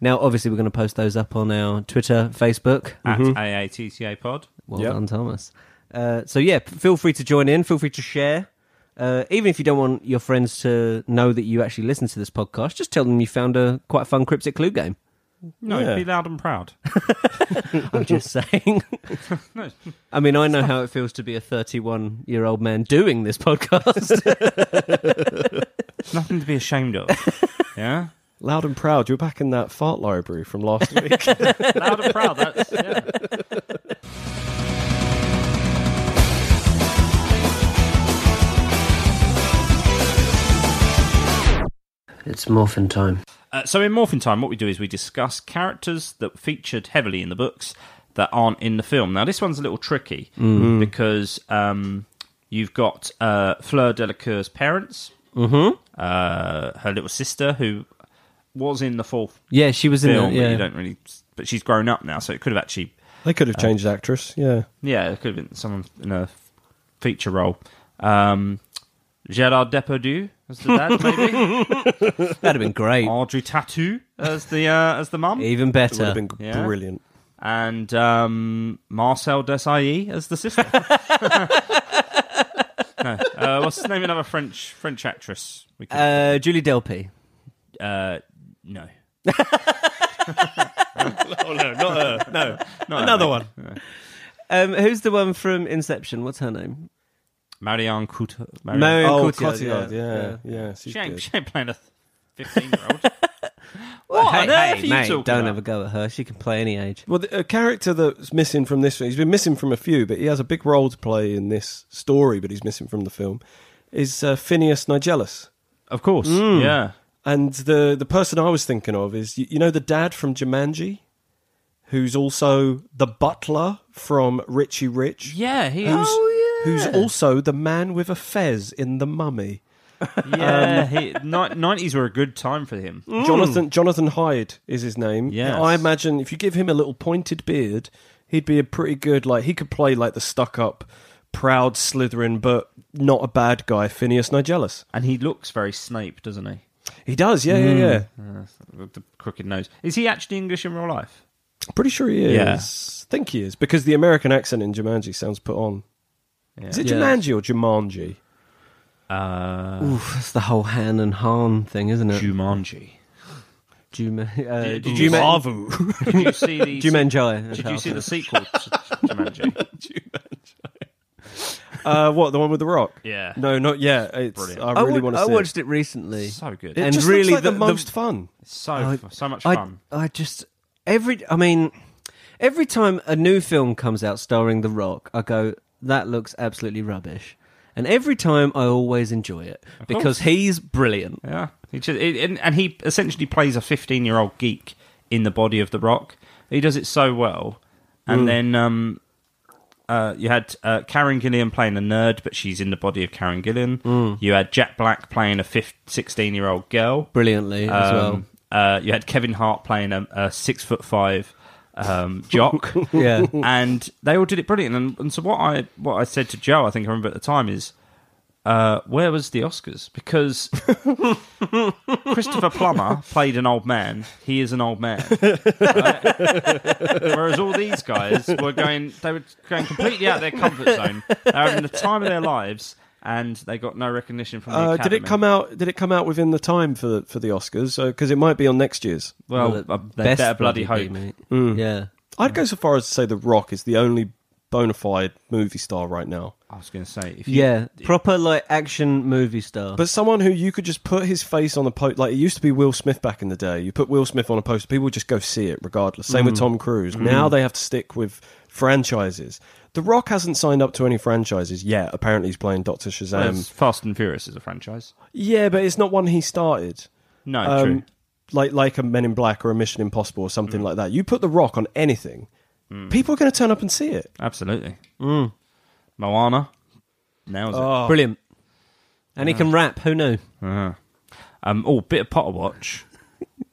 Speaker 2: Now, obviously, we're going to post those up on our Twitter, Facebook.
Speaker 1: At AATTA Pod.
Speaker 2: Well
Speaker 3: Yep.
Speaker 2: done, Thomas. Uh, so yeah, p- feel free to join in. Feel free to share. Uh, even if you don't want your friends to know that you actually listen to this podcast, just tell them you found a quite fun cryptic clue game.
Speaker 1: No,
Speaker 3: Yeah.
Speaker 1: be loud and proud.
Speaker 2: I'm just saying.
Speaker 1: No,
Speaker 2: I mean, I know how it feels to be a 31 year old man doing this podcast.
Speaker 1: it's nothing to be ashamed of. Yeah?
Speaker 3: Loud and proud. You're back in that fart library from last week.
Speaker 1: Loud and proud. That's, yeah.
Speaker 2: it's morphin time.
Speaker 1: Uh, so in Morphin Time, what we do is we discuss characters that featured heavily in the books that aren't in the film. Now, this one's a little tricky
Speaker 2: Mm-hmm.
Speaker 1: because um, you've got uh, Fleur Delacour's parents, mm-hmm. uh, her little sister, who was in the fourth
Speaker 2: Yeah, she was in
Speaker 1: film,
Speaker 2: it. Yeah.
Speaker 1: but you don't really. But she's grown up now, so it could have actually,
Speaker 3: They could have changed actress. Yeah.
Speaker 1: yeah, it could have been someone in a feature role. Um, Gerard Depardieu as the dad, maybe
Speaker 2: That'd have been great.
Speaker 1: Audrey Tautou as the uh, as the mum,
Speaker 2: Even
Speaker 3: It would
Speaker 2: better.
Speaker 3: have been
Speaker 1: Yeah.
Speaker 3: brilliant.
Speaker 1: and um, Marcel Desailly as the sister. no, uh, what's the name? of Another French French actress. We could, uh,
Speaker 2: Uh, Julie Delpy.
Speaker 1: no, Oh,
Speaker 2: Another one. Um, who's the one from Inception? What's her name?
Speaker 1: Marianne Couture. Marianne.
Speaker 2: Marion
Speaker 3: oh,
Speaker 2: Cotillard.
Speaker 3: Cotillard,
Speaker 2: yeah.
Speaker 3: Yeah. Yeah. she's
Speaker 1: she, ain't,
Speaker 3: good.
Speaker 1: she ain't playing a fifteen-year-old.
Speaker 2: What
Speaker 1: on earth are you
Speaker 2: mate,
Speaker 1: talking
Speaker 2: don't
Speaker 1: about?
Speaker 2: have a go at her. She can play any age.
Speaker 3: Well, the, a character that's missing from this, he's been missing from a few, but he has a big role to play in this story, but he's missing from the film, is uh, Phineas Nigellus.
Speaker 1: Of course, yeah.
Speaker 3: And the, the person I was thinking of is, you, you know, the dad from Jumanji, who's also the butler from Richie Rich,
Speaker 1: Yeah, he
Speaker 3: who's,
Speaker 2: Oh, yeah.
Speaker 3: who's also the man with a fez in The Mummy.
Speaker 1: Yeah, um, he, ni- 90s were a good time for him.
Speaker 3: Jonathan Jonathan Hyde is his name.
Speaker 1: Yes.
Speaker 3: I imagine if you give him a little pointed beard, he'd be a pretty good like he could play like the stuck up, proud Slytherin, but not a bad guy, Phineas Nigellus.
Speaker 1: And he looks very Snape, doesn't he? Uh,
Speaker 3: He does, yeah, yeah, yeah.
Speaker 1: With the crooked nose. Is he actually English in real life?
Speaker 3: Pretty sure he is.
Speaker 1: Yeah.
Speaker 3: Think he is because the American accent in Jumanji sounds put on. Is it
Speaker 2: Yeah.
Speaker 3: Jumanji or Jumanji?
Speaker 1: Uh,
Speaker 2: Oof, that's the whole Han and Han thing, isn't it?
Speaker 1: Jumanji.
Speaker 2: Juma- uh,
Speaker 1: Did-
Speaker 2: Juma-
Speaker 1: did you- Did you see the,
Speaker 2: Jumanji.
Speaker 1: did you see the sequel to Jumanji?
Speaker 3: Uh, what the one with the rock?
Speaker 1: Yeah.
Speaker 3: No, not yet. It's,
Speaker 1: Brilliant.
Speaker 3: I
Speaker 2: I,
Speaker 3: really
Speaker 2: wa-
Speaker 3: want
Speaker 2: I
Speaker 3: to see.
Speaker 2: watched it recently.
Speaker 1: So good.
Speaker 3: It, it
Speaker 2: and
Speaker 3: just
Speaker 2: really
Speaker 3: looks like the,
Speaker 2: the- the-
Speaker 3: most fun.
Speaker 1: so, Oh, so much
Speaker 2: I,
Speaker 1: fun.
Speaker 2: I just every. I mean, every time a new film comes out starring The Rock, I go, "That looks absolutely rubbish," and every time I always enjoy it because he's brilliant.
Speaker 1: Yeah, he just, it, and, and he essentially plays a fifteen-year-old geek in the body of the Rock. He does it so well. And then um, uh, you had uh, Karen Gillian playing a nerd, but she's in the body of Karen Gillian. You had Jack Black playing a sixteen-year-old girl.
Speaker 2: Brilliantly as well.
Speaker 1: Um, uh, you had Kevin Hart playing a, a six-foot-five um, jock.
Speaker 2: Yeah.
Speaker 1: and they all did it brilliant. And, and so what I what I said to Joe, I think I remember at the time is, uh, where was the Oscars? Because Christopher Plummer played an old man. He is an old man. Right? Whereas all these guys were going, they were going completely out of their comfort zone. They were having the time of their lives. And they got no recognition from the
Speaker 3: Uh, did
Speaker 1: Academy.
Speaker 3: it come out? Did it come out within the time for the, for the Oscars? Because it might be on next year's.
Speaker 1: Well,
Speaker 2: Well,
Speaker 1: I
Speaker 2: the best
Speaker 1: better bloody
Speaker 2: bloody
Speaker 1: hope. Mm.
Speaker 2: be, mate. Yeah.
Speaker 3: I'd go so far as to say The Rock is the only bona fide movie star right now,
Speaker 1: I was going to say, if you,
Speaker 2: Yeah, proper like action movie star.
Speaker 3: but someone who you could just put his face on a post. Like it used to be Will Smith back in the day. You put Will Smith on a poster, people would just go see it regardless. Same with Tom Cruise. Now they have to stick with franchises. The Rock hasn't signed up to any franchises yet. Apparently, he's playing Doctor Shazam.
Speaker 2: um,
Speaker 1: Whereas um, Fast and Furious is a franchise.
Speaker 3: Yeah, but it's not one he started.
Speaker 1: No, true.
Speaker 3: um, like like a Men in Black or a Mission Impossible or something like that. You put The Rock on anything, people are going to turn up and see it.
Speaker 1: Absolutely.
Speaker 2: mm.
Speaker 1: Moana. Nails
Speaker 2: Uh,
Speaker 1: it.
Speaker 2: Brilliant. And he can rap. Who knew?
Speaker 1: Um, oh, bit of Potter Watch.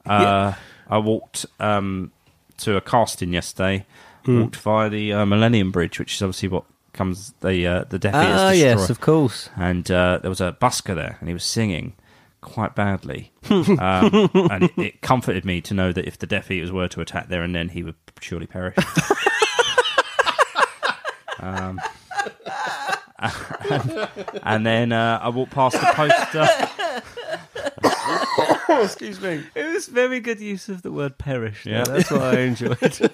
Speaker 1: Uh, I walked um, to a casting yesterday.
Speaker 2: Hmm.
Speaker 1: Walked via the uh, Millennium Bridge, which is obviously what comes the uh, the Death Eaters
Speaker 2: Ah,
Speaker 1: destroy.
Speaker 2: yes, of course.
Speaker 1: and uh, there was a busker there, and he was singing quite badly. um, and it, it comforted me to know that if the Death Eaters were to attack there and then, he would surely perish. um, and then uh, I walked past the poster.
Speaker 2: Excuse me. It was very good use of the word perish. Yeah,
Speaker 1: Yeah.
Speaker 2: that's what I enjoyed.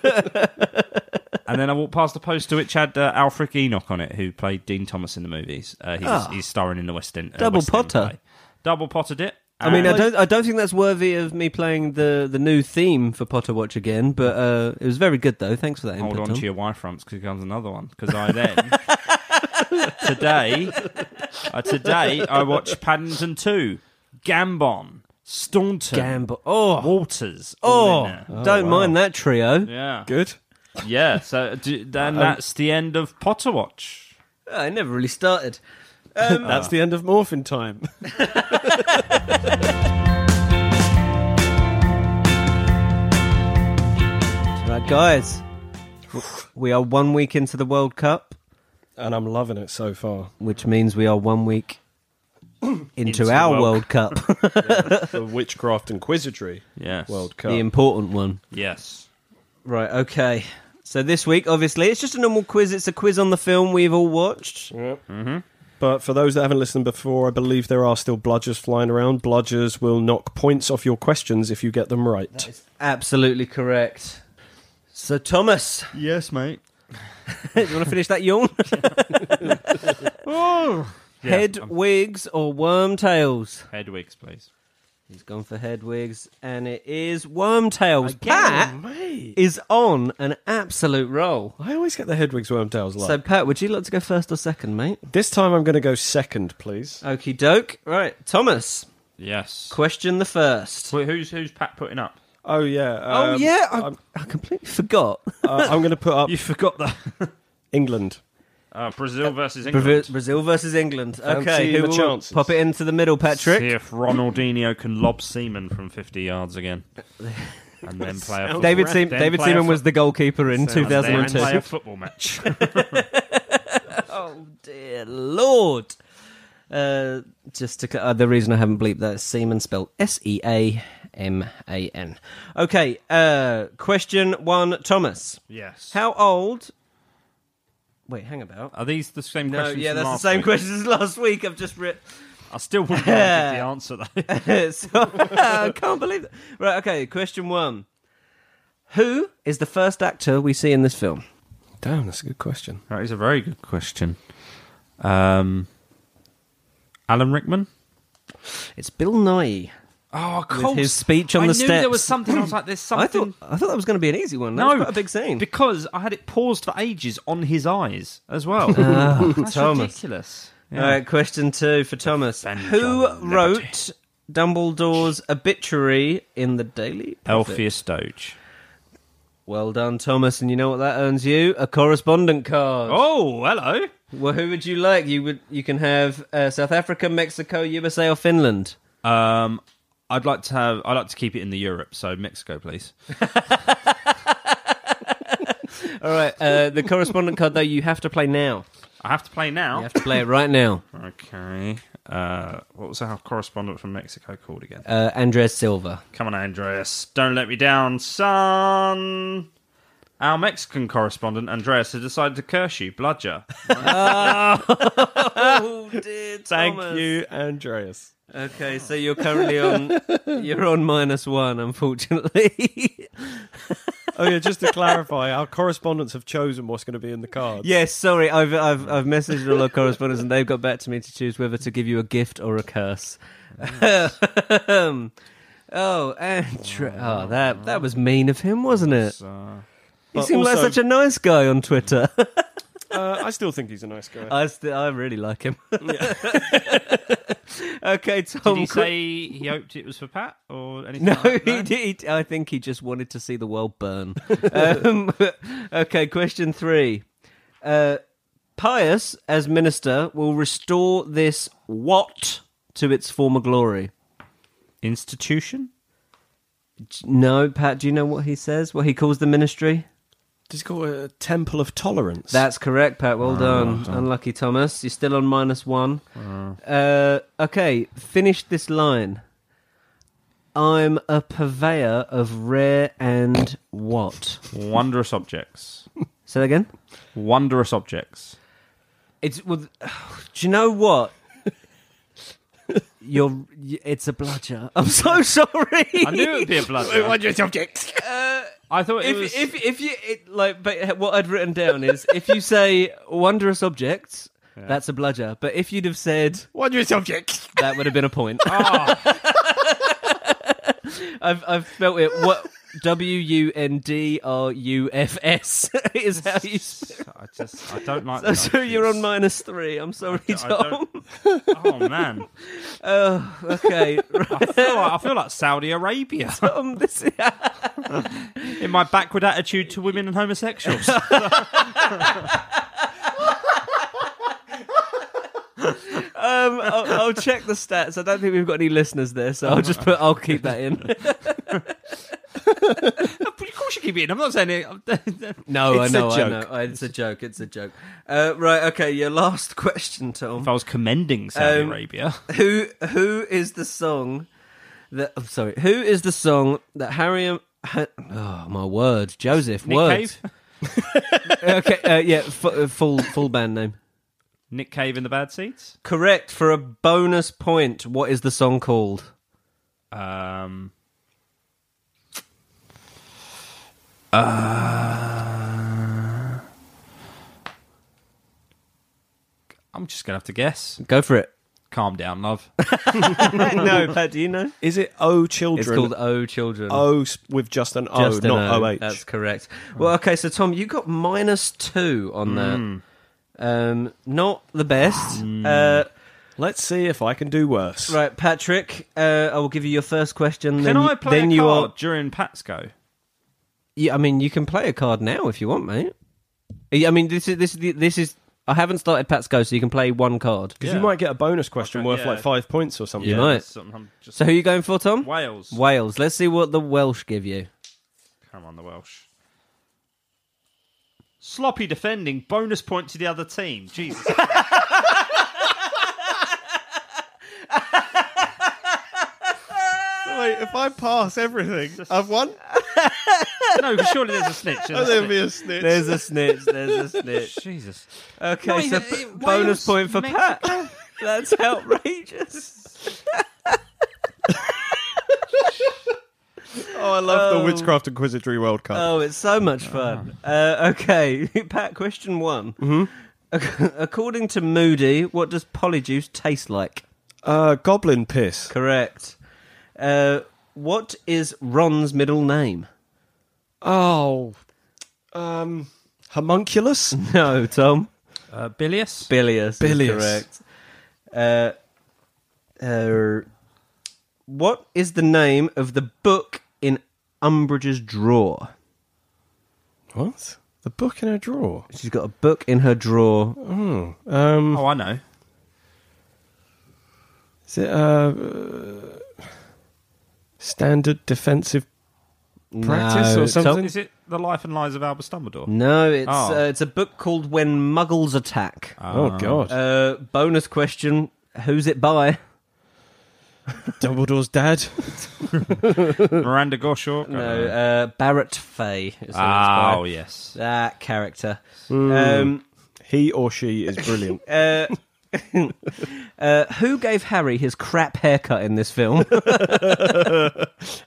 Speaker 1: And then I walked past the poster which had uh, Alfred Enoch on it, who played Dean Thomas in the movies. Uh, he was, He's starring in the West End. uh,
Speaker 2: Ah. Double
Speaker 1: West End
Speaker 2: Potter.
Speaker 1: play. Double potted it.
Speaker 2: I mean, I
Speaker 1: And-
Speaker 2: don't, I don't think that's worthy of me playing the, the new theme for Potter Watch again, but uh, it was very good though. Thanks for that input.
Speaker 1: hold on
Speaker 2: Tom.
Speaker 1: to your wife fronts because here comes another one. Because I then today, uh, today I watched Paddington Two, Gambon, Staunton,
Speaker 2: Gamble. Oh,
Speaker 1: Walters. all
Speaker 2: oh,
Speaker 1: in there.
Speaker 2: don't mind that trio.
Speaker 1: yeah,
Speaker 3: Good.
Speaker 1: yeah. So do,
Speaker 2: Um,
Speaker 1: then that's the end of Potter Watch.
Speaker 2: I never really started.
Speaker 3: Um, That's the end of morphin time.
Speaker 2: guys, we are one week into the World Cup,
Speaker 3: and I'm loving it so far.
Speaker 2: which means we are one week into,
Speaker 1: Into
Speaker 2: our
Speaker 1: World-
Speaker 2: World, Cup,
Speaker 3: the witchcraft and wizardry
Speaker 1: Yes.
Speaker 3: World Cup.
Speaker 2: the important one.
Speaker 1: Yes.
Speaker 2: Right, okay. So this week, obviously, it's just a normal quiz. It's a quiz on the film we've all watched.
Speaker 3: But for those that haven't listened before, I believe there are still bludgers flying around. Bludgers will knock points off your questions if you get them right.
Speaker 2: Absolutely correct. So, Thomas,
Speaker 1: Yes, mate.
Speaker 2: you want to finish that yawn? head
Speaker 1: I'm-
Speaker 2: wigs or worm tails?
Speaker 1: Hedwigs, please.
Speaker 2: He's gone for head wigs, and it is worm tails. Pat is on an absolute roll.
Speaker 3: I always get the Hedwig's Wormtails like.
Speaker 2: So, Pat, would you like to go first or second, mate?
Speaker 3: this time I'm going to go second, please.
Speaker 2: Okie doke. Right, Thomas,
Speaker 1: Yes.
Speaker 2: question the first.
Speaker 1: Wait, who's who's Pat putting up?
Speaker 3: Oh, yeah.
Speaker 2: oh,
Speaker 3: um,
Speaker 2: yeah, I,
Speaker 3: I'm,
Speaker 2: I completely forgot.
Speaker 3: uh, I'm going to put up
Speaker 1: You forgot that.
Speaker 3: England.
Speaker 1: Uh, Brazil versus England.
Speaker 2: Brazil, Brazil versus England. Okay,
Speaker 3: the
Speaker 2: who will
Speaker 3: chances.
Speaker 2: pop it into the middle,
Speaker 1: See
Speaker 2: Patrick?
Speaker 1: if Ronaldinho can lob Seaman from 50 yards again. And then play a football.
Speaker 2: David, Seam-
Speaker 1: Oh, Then
Speaker 2: David
Speaker 1: play a
Speaker 2: Seaman was
Speaker 1: foot-
Speaker 2: the goalkeeper in
Speaker 1: and then Play a
Speaker 2: 2002.
Speaker 1: football match.
Speaker 2: Oh dear lord! Uh, just to cl- uh, the reason I haven't bleeped that is Seaman spelled S E A M A N. Okay, uh, question one, Thomas.
Speaker 1: yes.
Speaker 2: How old? Wait, hang about.
Speaker 1: Are these the same
Speaker 2: No,
Speaker 1: questions?
Speaker 2: yeah,
Speaker 1: Uh, from
Speaker 2: that's the
Speaker 1: last
Speaker 2: same
Speaker 1: week?
Speaker 2: question as last week. I've just written.
Speaker 1: I still wouldn't be able to give the answer though.
Speaker 2: so, I can't believe that. Right, okay, question one. Who is the first actor we see in this film?
Speaker 3: Damn, that's a good question.
Speaker 1: that is a very good question. Um, Alan Rickman.
Speaker 2: It's Bill Nye.
Speaker 1: Oh, of
Speaker 2: course. his speech on
Speaker 1: I
Speaker 2: the
Speaker 1: knew there
Speaker 2: steps.
Speaker 1: was something. I was like, "There's
Speaker 2: I
Speaker 1: something."
Speaker 2: thought I thought that was going to be an easy one. That was
Speaker 1: no,
Speaker 2: quite a big scene.
Speaker 1: because I had it paused for ages on his eyes as well.
Speaker 2: Ah,
Speaker 1: That's
Speaker 2: Thomas.
Speaker 1: ridiculous.
Speaker 2: All right, Uh, question two for Thomas. Who
Speaker 1: John
Speaker 2: wrote Dumbledore's obituary in the Daily? Prophet?
Speaker 1: Alpheus Doge.
Speaker 2: Well done, Thomas. And you know what that earns you? A correspondent card.
Speaker 1: Oh, hello.
Speaker 2: Well, who would you like? You would. You can have uh, South Africa, Mexico, USA, or Finland.
Speaker 1: Um, I'd like to have. I'd like to keep it in the Europe. So Mexico, please.
Speaker 2: All right. Uh, the correspondent card, though, you have to play now.
Speaker 1: I have to play now.
Speaker 2: You have to play it right now.
Speaker 1: Okay. Uh, what was our correspondent from Mexico called again?
Speaker 2: Uh, Andres Silva.
Speaker 1: Come on, Andreas. Don't let me down, son. Our Mexican correspondent, Andreas, has decided to curse you, bludger.
Speaker 2: Oh dear,
Speaker 3: Thank you, Andreas.
Speaker 2: Okay, so you're currently on. You're on minus one, unfortunately.
Speaker 3: Oh, yeah, just to clarify, our correspondents have chosen what's going to be in the cards.
Speaker 2: yes, sorry. I've I've I've messaged all our correspondents, and they've got back to me to choose whether to give you a gift or a curse. Um, oh, Andrew. Oh, that that was mean of him, wasn't it?
Speaker 1: So,
Speaker 2: He
Speaker 3: But
Speaker 2: seemed like
Speaker 3: also-
Speaker 2: such a nice guy on Twitter.
Speaker 3: Uh, I still think he's a nice guy.
Speaker 2: I st- I really like him. okay, Tom.
Speaker 1: did he
Speaker 2: qu-
Speaker 1: say he hoped it was for Pat or anything?
Speaker 2: No,
Speaker 1: like
Speaker 2: he
Speaker 1: that?
Speaker 2: did. I think he just wanted to see the world burn. um, okay, question three. Uh, Pius, as minister, will restore this what to its former glory?
Speaker 1: Institution?
Speaker 2: J- No, Pat, do you know what he says? What he calls the ministry?
Speaker 3: Does he call it a temple of tolerance?
Speaker 2: That's correct, Pat. Well done. Unlucky Thomas. You're still on minus one. Uh, okay, finish this line. I'm a purveyor of rare and what?
Speaker 1: Wondrous objects.
Speaker 2: Say that again.
Speaker 1: Wondrous objects.
Speaker 2: It's well, do you know what? You're. y- It's a bludger. I'm so sorry.
Speaker 1: I knew it would be a bludger.
Speaker 4: Wondrous objects.
Speaker 1: I thought it
Speaker 2: If,
Speaker 1: was.
Speaker 2: if if you it, like, but what I'd written down is if you say wondrous objects, that's a bludger. But if you'd have said
Speaker 4: Wondrous objects.
Speaker 2: that, would have been a point.
Speaker 1: Ah,
Speaker 2: I've I've felt it. What W U N D R U F S is how you. Spell.
Speaker 1: I just. I don't like
Speaker 2: it.
Speaker 1: that.
Speaker 2: So you're on minus three. I'm sorry,
Speaker 1: I
Speaker 2: Tom.
Speaker 1: don't- Oh, man.
Speaker 2: Okay,
Speaker 1: I feel, like, I feel like Saudi Arabia
Speaker 2: Tom. This is.
Speaker 1: in my backward attitude to women and homosexuals.
Speaker 2: Um, I'll, I'll check the stats. I don't think we've got any listeners there, so I'll just put. I'll keep that in.
Speaker 1: Of course course you keep eating. I'm not saying it. if
Speaker 2: No,
Speaker 3: It's
Speaker 2: I
Speaker 3: a
Speaker 2: know, I know.
Speaker 3: joke.
Speaker 2: I- It's a joke. It's a joke. Uh, right. Okay. Your last question, Tom.
Speaker 1: I was commending Saudi
Speaker 2: Um,
Speaker 1: Arabia,
Speaker 2: Who Who is the song that? I'm sorry. Who is the song that Harry? Ha, oh my word, Joseph.
Speaker 1: Nick
Speaker 2: words.
Speaker 1: Cave,
Speaker 2: okay. Uh, yeah. F- uh, full Full band name.
Speaker 1: Nick Cave in the bad seats.
Speaker 2: Correct for a bonus point. What is the song called?
Speaker 1: Um, uh, I'm just gonna have to guess.
Speaker 2: Go for it.
Speaker 1: Calm down, love.
Speaker 2: no, Pat. Do you know?
Speaker 3: Is it O
Speaker 2: It's
Speaker 3: Children?
Speaker 2: called Oh Children.
Speaker 3: O s- with just an O,
Speaker 2: Just an
Speaker 3: not
Speaker 2: O. Hmm.
Speaker 3: OH.
Speaker 2: That's correct. Well, okay, so Tom, you got minus two on that. Um, not the best. Uh,
Speaker 3: Let's see if I can do worse.
Speaker 2: right, Patrick, uh, I will give you your first question.
Speaker 1: Can
Speaker 2: then
Speaker 1: I play
Speaker 2: then
Speaker 1: a
Speaker 2: you
Speaker 1: card
Speaker 2: Are,
Speaker 1: during Pat's go?
Speaker 2: yeah, I mean, you can play a card now if you want, mate. Uh, Yeah, I mean, this is this is the- this is. I haven't started Pat's go, so you can play one card.
Speaker 3: Because
Speaker 1: Yeah.
Speaker 3: you might get a bonus question
Speaker 1: Okay,
Speaker 3: worth
Speaker 1: yeah.
Speaker 3: like five points or something.
Speaker 2: You might.
Speaker 1: that's something I'm um, just
Speaker 2: So who are you going for, Tom?
Speaker 1: Wales.
Speaker 2: Wales. Let's see what the Welsh give you.
Speaker 1: Come on, the Welsh. Sloppy defending, bonus point to the other team. Jesus.
Speaker 3: Wait, if I pass everything, I've won.
Speaker 1: no, surely there's a snitch. isn't there?
Speaker 3: be a
Speaker 4: Um,
Speaker 3: snitch.
Speaker 2: There's a snitch. There's a snitch.
Speaker 1: Jesus.
Speaker 2: Okay, so
Speaker 1: even-
Speaker 2: b-
Speaker 1: it- Wales,
Speaker 2: bonus point for
Speaker 1: Mexico.
Speaker 2: Pat. That's outrageous.
Speaker 3: Oh, I love
Speaker 2: Oh.
Speaker 3: the Witchcraft and Wizardry World Cup.
Speaker 2: Oh, it's so much fun. Uh, okay, Pat, question one. Mm-hmm. According to Moody, what does polyjuice taste like?
Speaker 3: Uh, goblin piss.
Speaker 2: Correct. Uh, what is Ron's middle name?
Speaker 3: Oh, um, homunculus.
Speaker 2: No, Tom.
Speaker 1: Uh, bilious?
Speaker 2: Bilious. is
Speaker 3: Bilious.
Speaker 2: Correct. Uh, uh, what is the name of the book in Umbridge's drawer?
Speaker 3: what? The book in a drawer.
Speaker 2: She's got a book in her drawer.
Speaker 3: Um,
Speaker 1: oh, I know.
Speaker 3: is it uh, standard defensive practice
Speaker 2: No,
Speaker 3: or something?
Speaker 1: Is it The Life and Lies of Albus Dumbledore?
Speaker 2: No, it's
Speaker 1: Oh.
Speaker 2: uh, it's a book called When Muggles Attack.
Speaker 3: oh God!
Speaker 2: Uh, bonus question: Who's it by?
Speaker 3: Dumbledore's dad.
Speaker 1: Miranda Goshaw?
Speaker 2: No, uh, Ah, Barrett Fay. Is who it's by.
Speaker 1: oh, yes.
Speaker 2: that character. Um,
Speaker 3: Hmm. he or she is brilliant.
Speaker 2: uh, uh, who gave Harry his crap haircut in this film?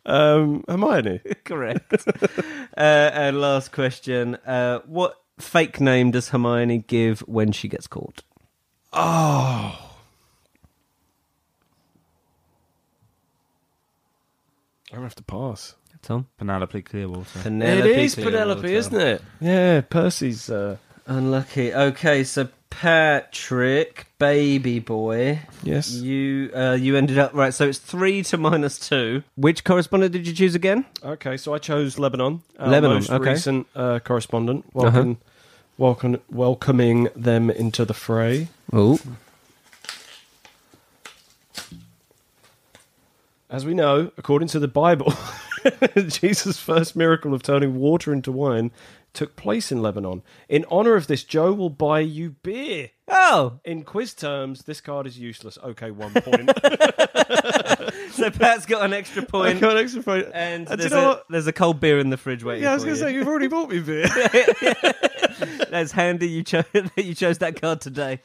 Speaker 3: um, Hermione.
Speaker 2: Correct. uh, and last question: uh, What fake name does Hermione give when she gets caught?
Speaker 3: I'm gonna have to pass.
Speaker 2: Tom.
Speaker 1: Penelope Clearwater.
Speaker 2: Penelope Clearwater.
Speaker 3: it? Yeah, Percy's. Uh,
Speaker 2: Unlucky. Okay, so Patrick, baby boy,
Speaker 3: yes.
Speaker 2: you uh, you ended up right. So it's three to minus two. Which correspondent did you choose again?
Speaker 3: Okay, so I chose Lebanon. Uh-huh. Our
Speaker 2: Lebanon,
Speaker 3: most
Speaker 2: okay.
Speaker 3: recent uh, correspondent, welcome, welcome, welcoming them into the fray.
Speaker 2: Oh,
Speaker 3: As we know, according to the Bible, Jesus' first miracle of turning water into wine took place in Lebanon. In honor of this, Joe will buy you beer.
Speaker 2: oh!
Speaker 3: In quiz terms, this card is useless. Okay, one point.
Speaker 2: So Pat's got an extra
Speaker 3: I
Speaker 2: point,
Speaker 3: got an extra point.
Speaker 2: and
Speaker 3: do
Speaker 2: there's,
Speaker 3: you know
Speaker 2: a,
Speaker 3: what?
Speaker 2: there's a cold beer in the fridge waiting
Speaker 3: Yeah, I was
Speaker 2: for
Speaker 3: going to say,
Speaker 2: you.
Speaker 3: you've already bought me beer.
Speaker 2: That's handy. You chose that you chose that card today.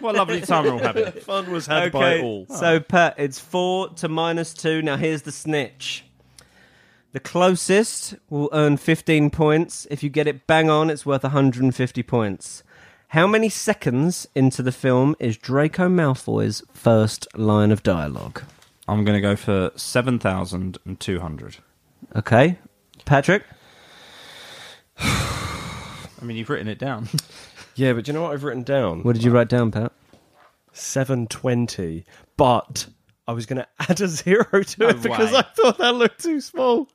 Speaker 1: What a lovely time we're all having.
Speaker 3: Fun was had by all. Ah.
Speaker 2: So Pat, it's four to minus two. Now here's the snitch. The closest will earn 15 points. If you get it bang on, it's worth 150 points. How many seconds into the film is Draco Malfoy's first line of dialogue?
Speaker 1: I'm going to go for 7,200.
Speaker 2: Okay, Patrick.
Speaker 1: I mean, you've written it down.
Speaker 3: Yeah, but do you know what I've written down?
Speaker 2: What did you write down, Pat?
Speaker 3: 720, but I was going to add a zero to it because
Speaker 1: way.
Speaker 3: I thought that looked too small.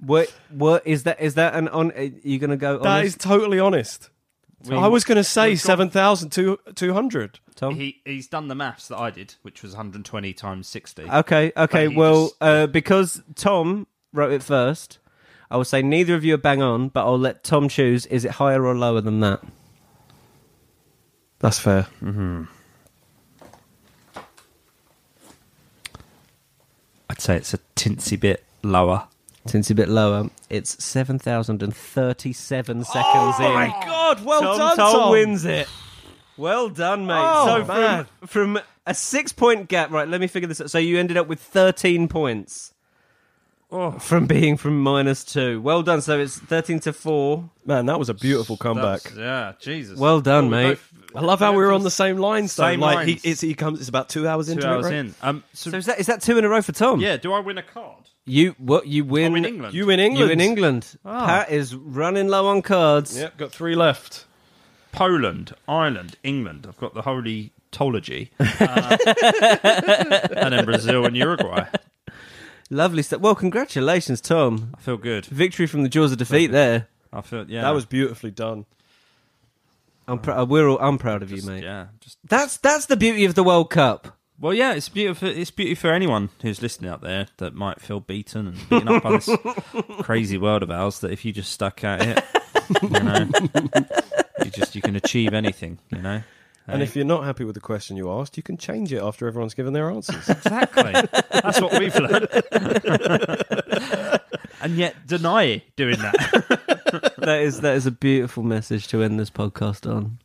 Speaker 2: What? What is that? Is that an on? Are you gonna go?
Speaker 3: That
Speaker 2: honest?
Speaker 3: is totally honest.
Speaker 1: we-
Speaker 3: I was going to say
Speaker 1: we've got-
Speaker 3: 7,200.
Speaker 2: Tom?
Speaker 1: He, he's done the maths that I did, which was 120 times 60.
Speaker 2: Okay, okay.
Speaker 1: But he
Speaker 2: Well,
Speaker 1: just-
Speaker 2: uh, because Tom wrote it first, I will say neither of you are bang on, but I'll let Tom choose. Is it higher or lower than that?
Speaker 3: That's fair.
Speaker 1: I'd say it's a tinsy bit lower.
Speaker 2: Since a bit lower, it's seven thousand and thirty-seven seconds
Speaker 1: Oh
Speaker 2: in.
Speaker 3: God, well
Speaker 2: Tom, Tom, wins it. Well done, mate.
Speaker 3: Oh,
Speaker 2: so
Speaker 3: man.
Speaker 2: from from a six-point gap, right? Let me figure this out. So you ended up with thirteen points
Speaker 1: Oh.
Speaker 2: from being from minus two. Well done. So it's thirteen to four.
Speaker 3: Man, that was a beautiful comeback.
Speaker 1: That's- Yeah, Jesus.
Speaker 2: Well done,
Speaker 1: we
Speaker 2: mate.
Speaker 1: both-
Speaker 3: I love how we were on the same lines.
Speaker 1: Same
Speaker 3: though. Like
Speaker 1: lines.
Speaker 3: he, it's, he comes. It's about two hours
Speaker 1: two
Speaker 3: into
Speaker 1: hours
Speaker 3: it, right?
Speaker 1: in. Um, so,
Speaker 2: So is that is that two in a row for Tom?
Speaker 1: yeah, do I win a card?
Speaker 2: You what? You win.
Speaker 1: I'm in England.
Speaker 3: You in England?
Speaker 2: You in England. Ah. Pat is running low on cards.
Speaker 3: Yep, got three left.
Speaker 1: Poland, Ireland, England. I've got the holy tology. Uh, and then Brazil and Uruguay.
Speaker 2: Lovely stuff. Well, congratulations, Tom.
Speaker 1: I feel good.
Speaker 2: Victory from the jaws of defeat. There.
Speaker 1: I feel yeah.
Speaker 3: That was beautifully done.
Speaker 2: I'm pr- uh, we're all. I'm proud of you, mate.
Speaker 1: yeah. Just
Speaker 2: That's that's the beauty of the World Cup.
Speaker 1: well, yeah. It's beautiful. It's beautiful for anyone who's listening out there that might feel beaten and beaten up by this crazy world of ours. That if you just stuck at it, you know, you just you can achieve anything. You know.
Speaker 3: And if you're not happy with the question you asked, you can change it after everyone's given their answers.
Speaker 1: Exactly. That's what we've learned. and yet deny doing that.
Speaker 2: That is that is a beautiful message to end this podcast on.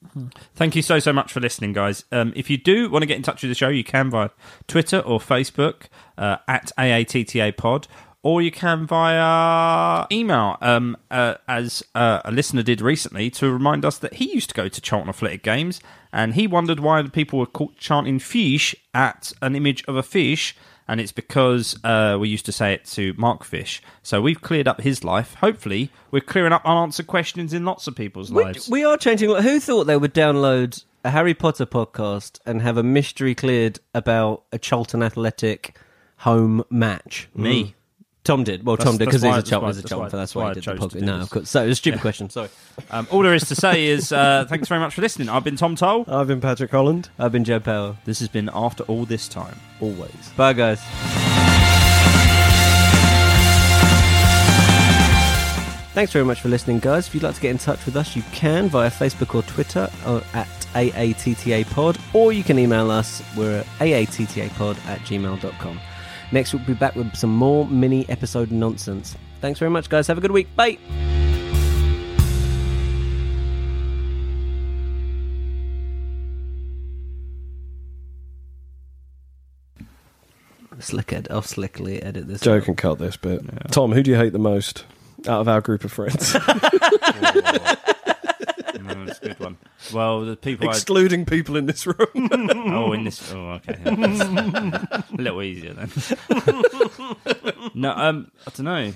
Speaker 1: Thank you so, so much for listening, guys. Um, if you do want to get in touch with the show, you can via Twitter or Facebook uh, at AATTA Pod. Or you can via email, um, uh, as uh, a listener did recently, to remind us that he used to go to Charlton Athletic games, and he wondered why the people were called chanting "fish" at an image of a fish, and it's because uh, we used to say it to Mark Fish. So we've cleared up his life. Hopefully, we're clearing up unanswered questions in lots of people's
Speaker 2: We,
Speaker 1: lives.
Speaker 2: we are changing. Who thought they would download a Harry Potter podcast and have a mystery cleared about a Charlton Athletic home match?
Speaker 1: Me.
Speaker 2: Tom did. Well, Tom did
Speaker 1: that's
Speaker 2: because he's
Speaker 1: why-
Speaker 2: a Charlton.
Speaker 1: that's
Speaker 2: He's a
Speaker 1: why-
Speaker 2: Charlton. fan, That's
Speaker 1: that's
Speaker 2: why,
Speaker 1: why I
Speaker 2: he did the
Speaker 1: chose to
Speaker 2: podcast.
Speaker 1: do
Speaker 2: No,
Speaker 1: this.
Speaker 2: of course. So it was a stupid question. Sorry.
Speaker 1: Um, all there is to say is uh, thanks very much for listening. I've been Tom Toll.
Speaker 3: I've been Patrick Holland.
Speaker 2: I've been Joe Powell.
Speaker 1: This has been After All This Time.
Speaker 3: Always.
Speaker 2: Bye, guys. Thanks very much for listening, guys. If you'd like to get in touch with us, you can via Facebook or Twitter or at AATTA Pod, or you can email us. We're at AATTAPod at gmail.com. Next, we'll be back with some more mini episode nonsense. Thanks very much, guys. Have a good week. Bye. Slick ed- I'll slickly edit this.
Speaker 3: Joe can cut this bit. Tom, who do you hate the most out of our group of friends,
Speaker 1: Mm, that's a good one. Well, the people I...
Speaker 3: excluding people in this room?
Speaker 1: Oh, in this... Oh, okay. yeah, that's a little easier then. no, um, I don't know.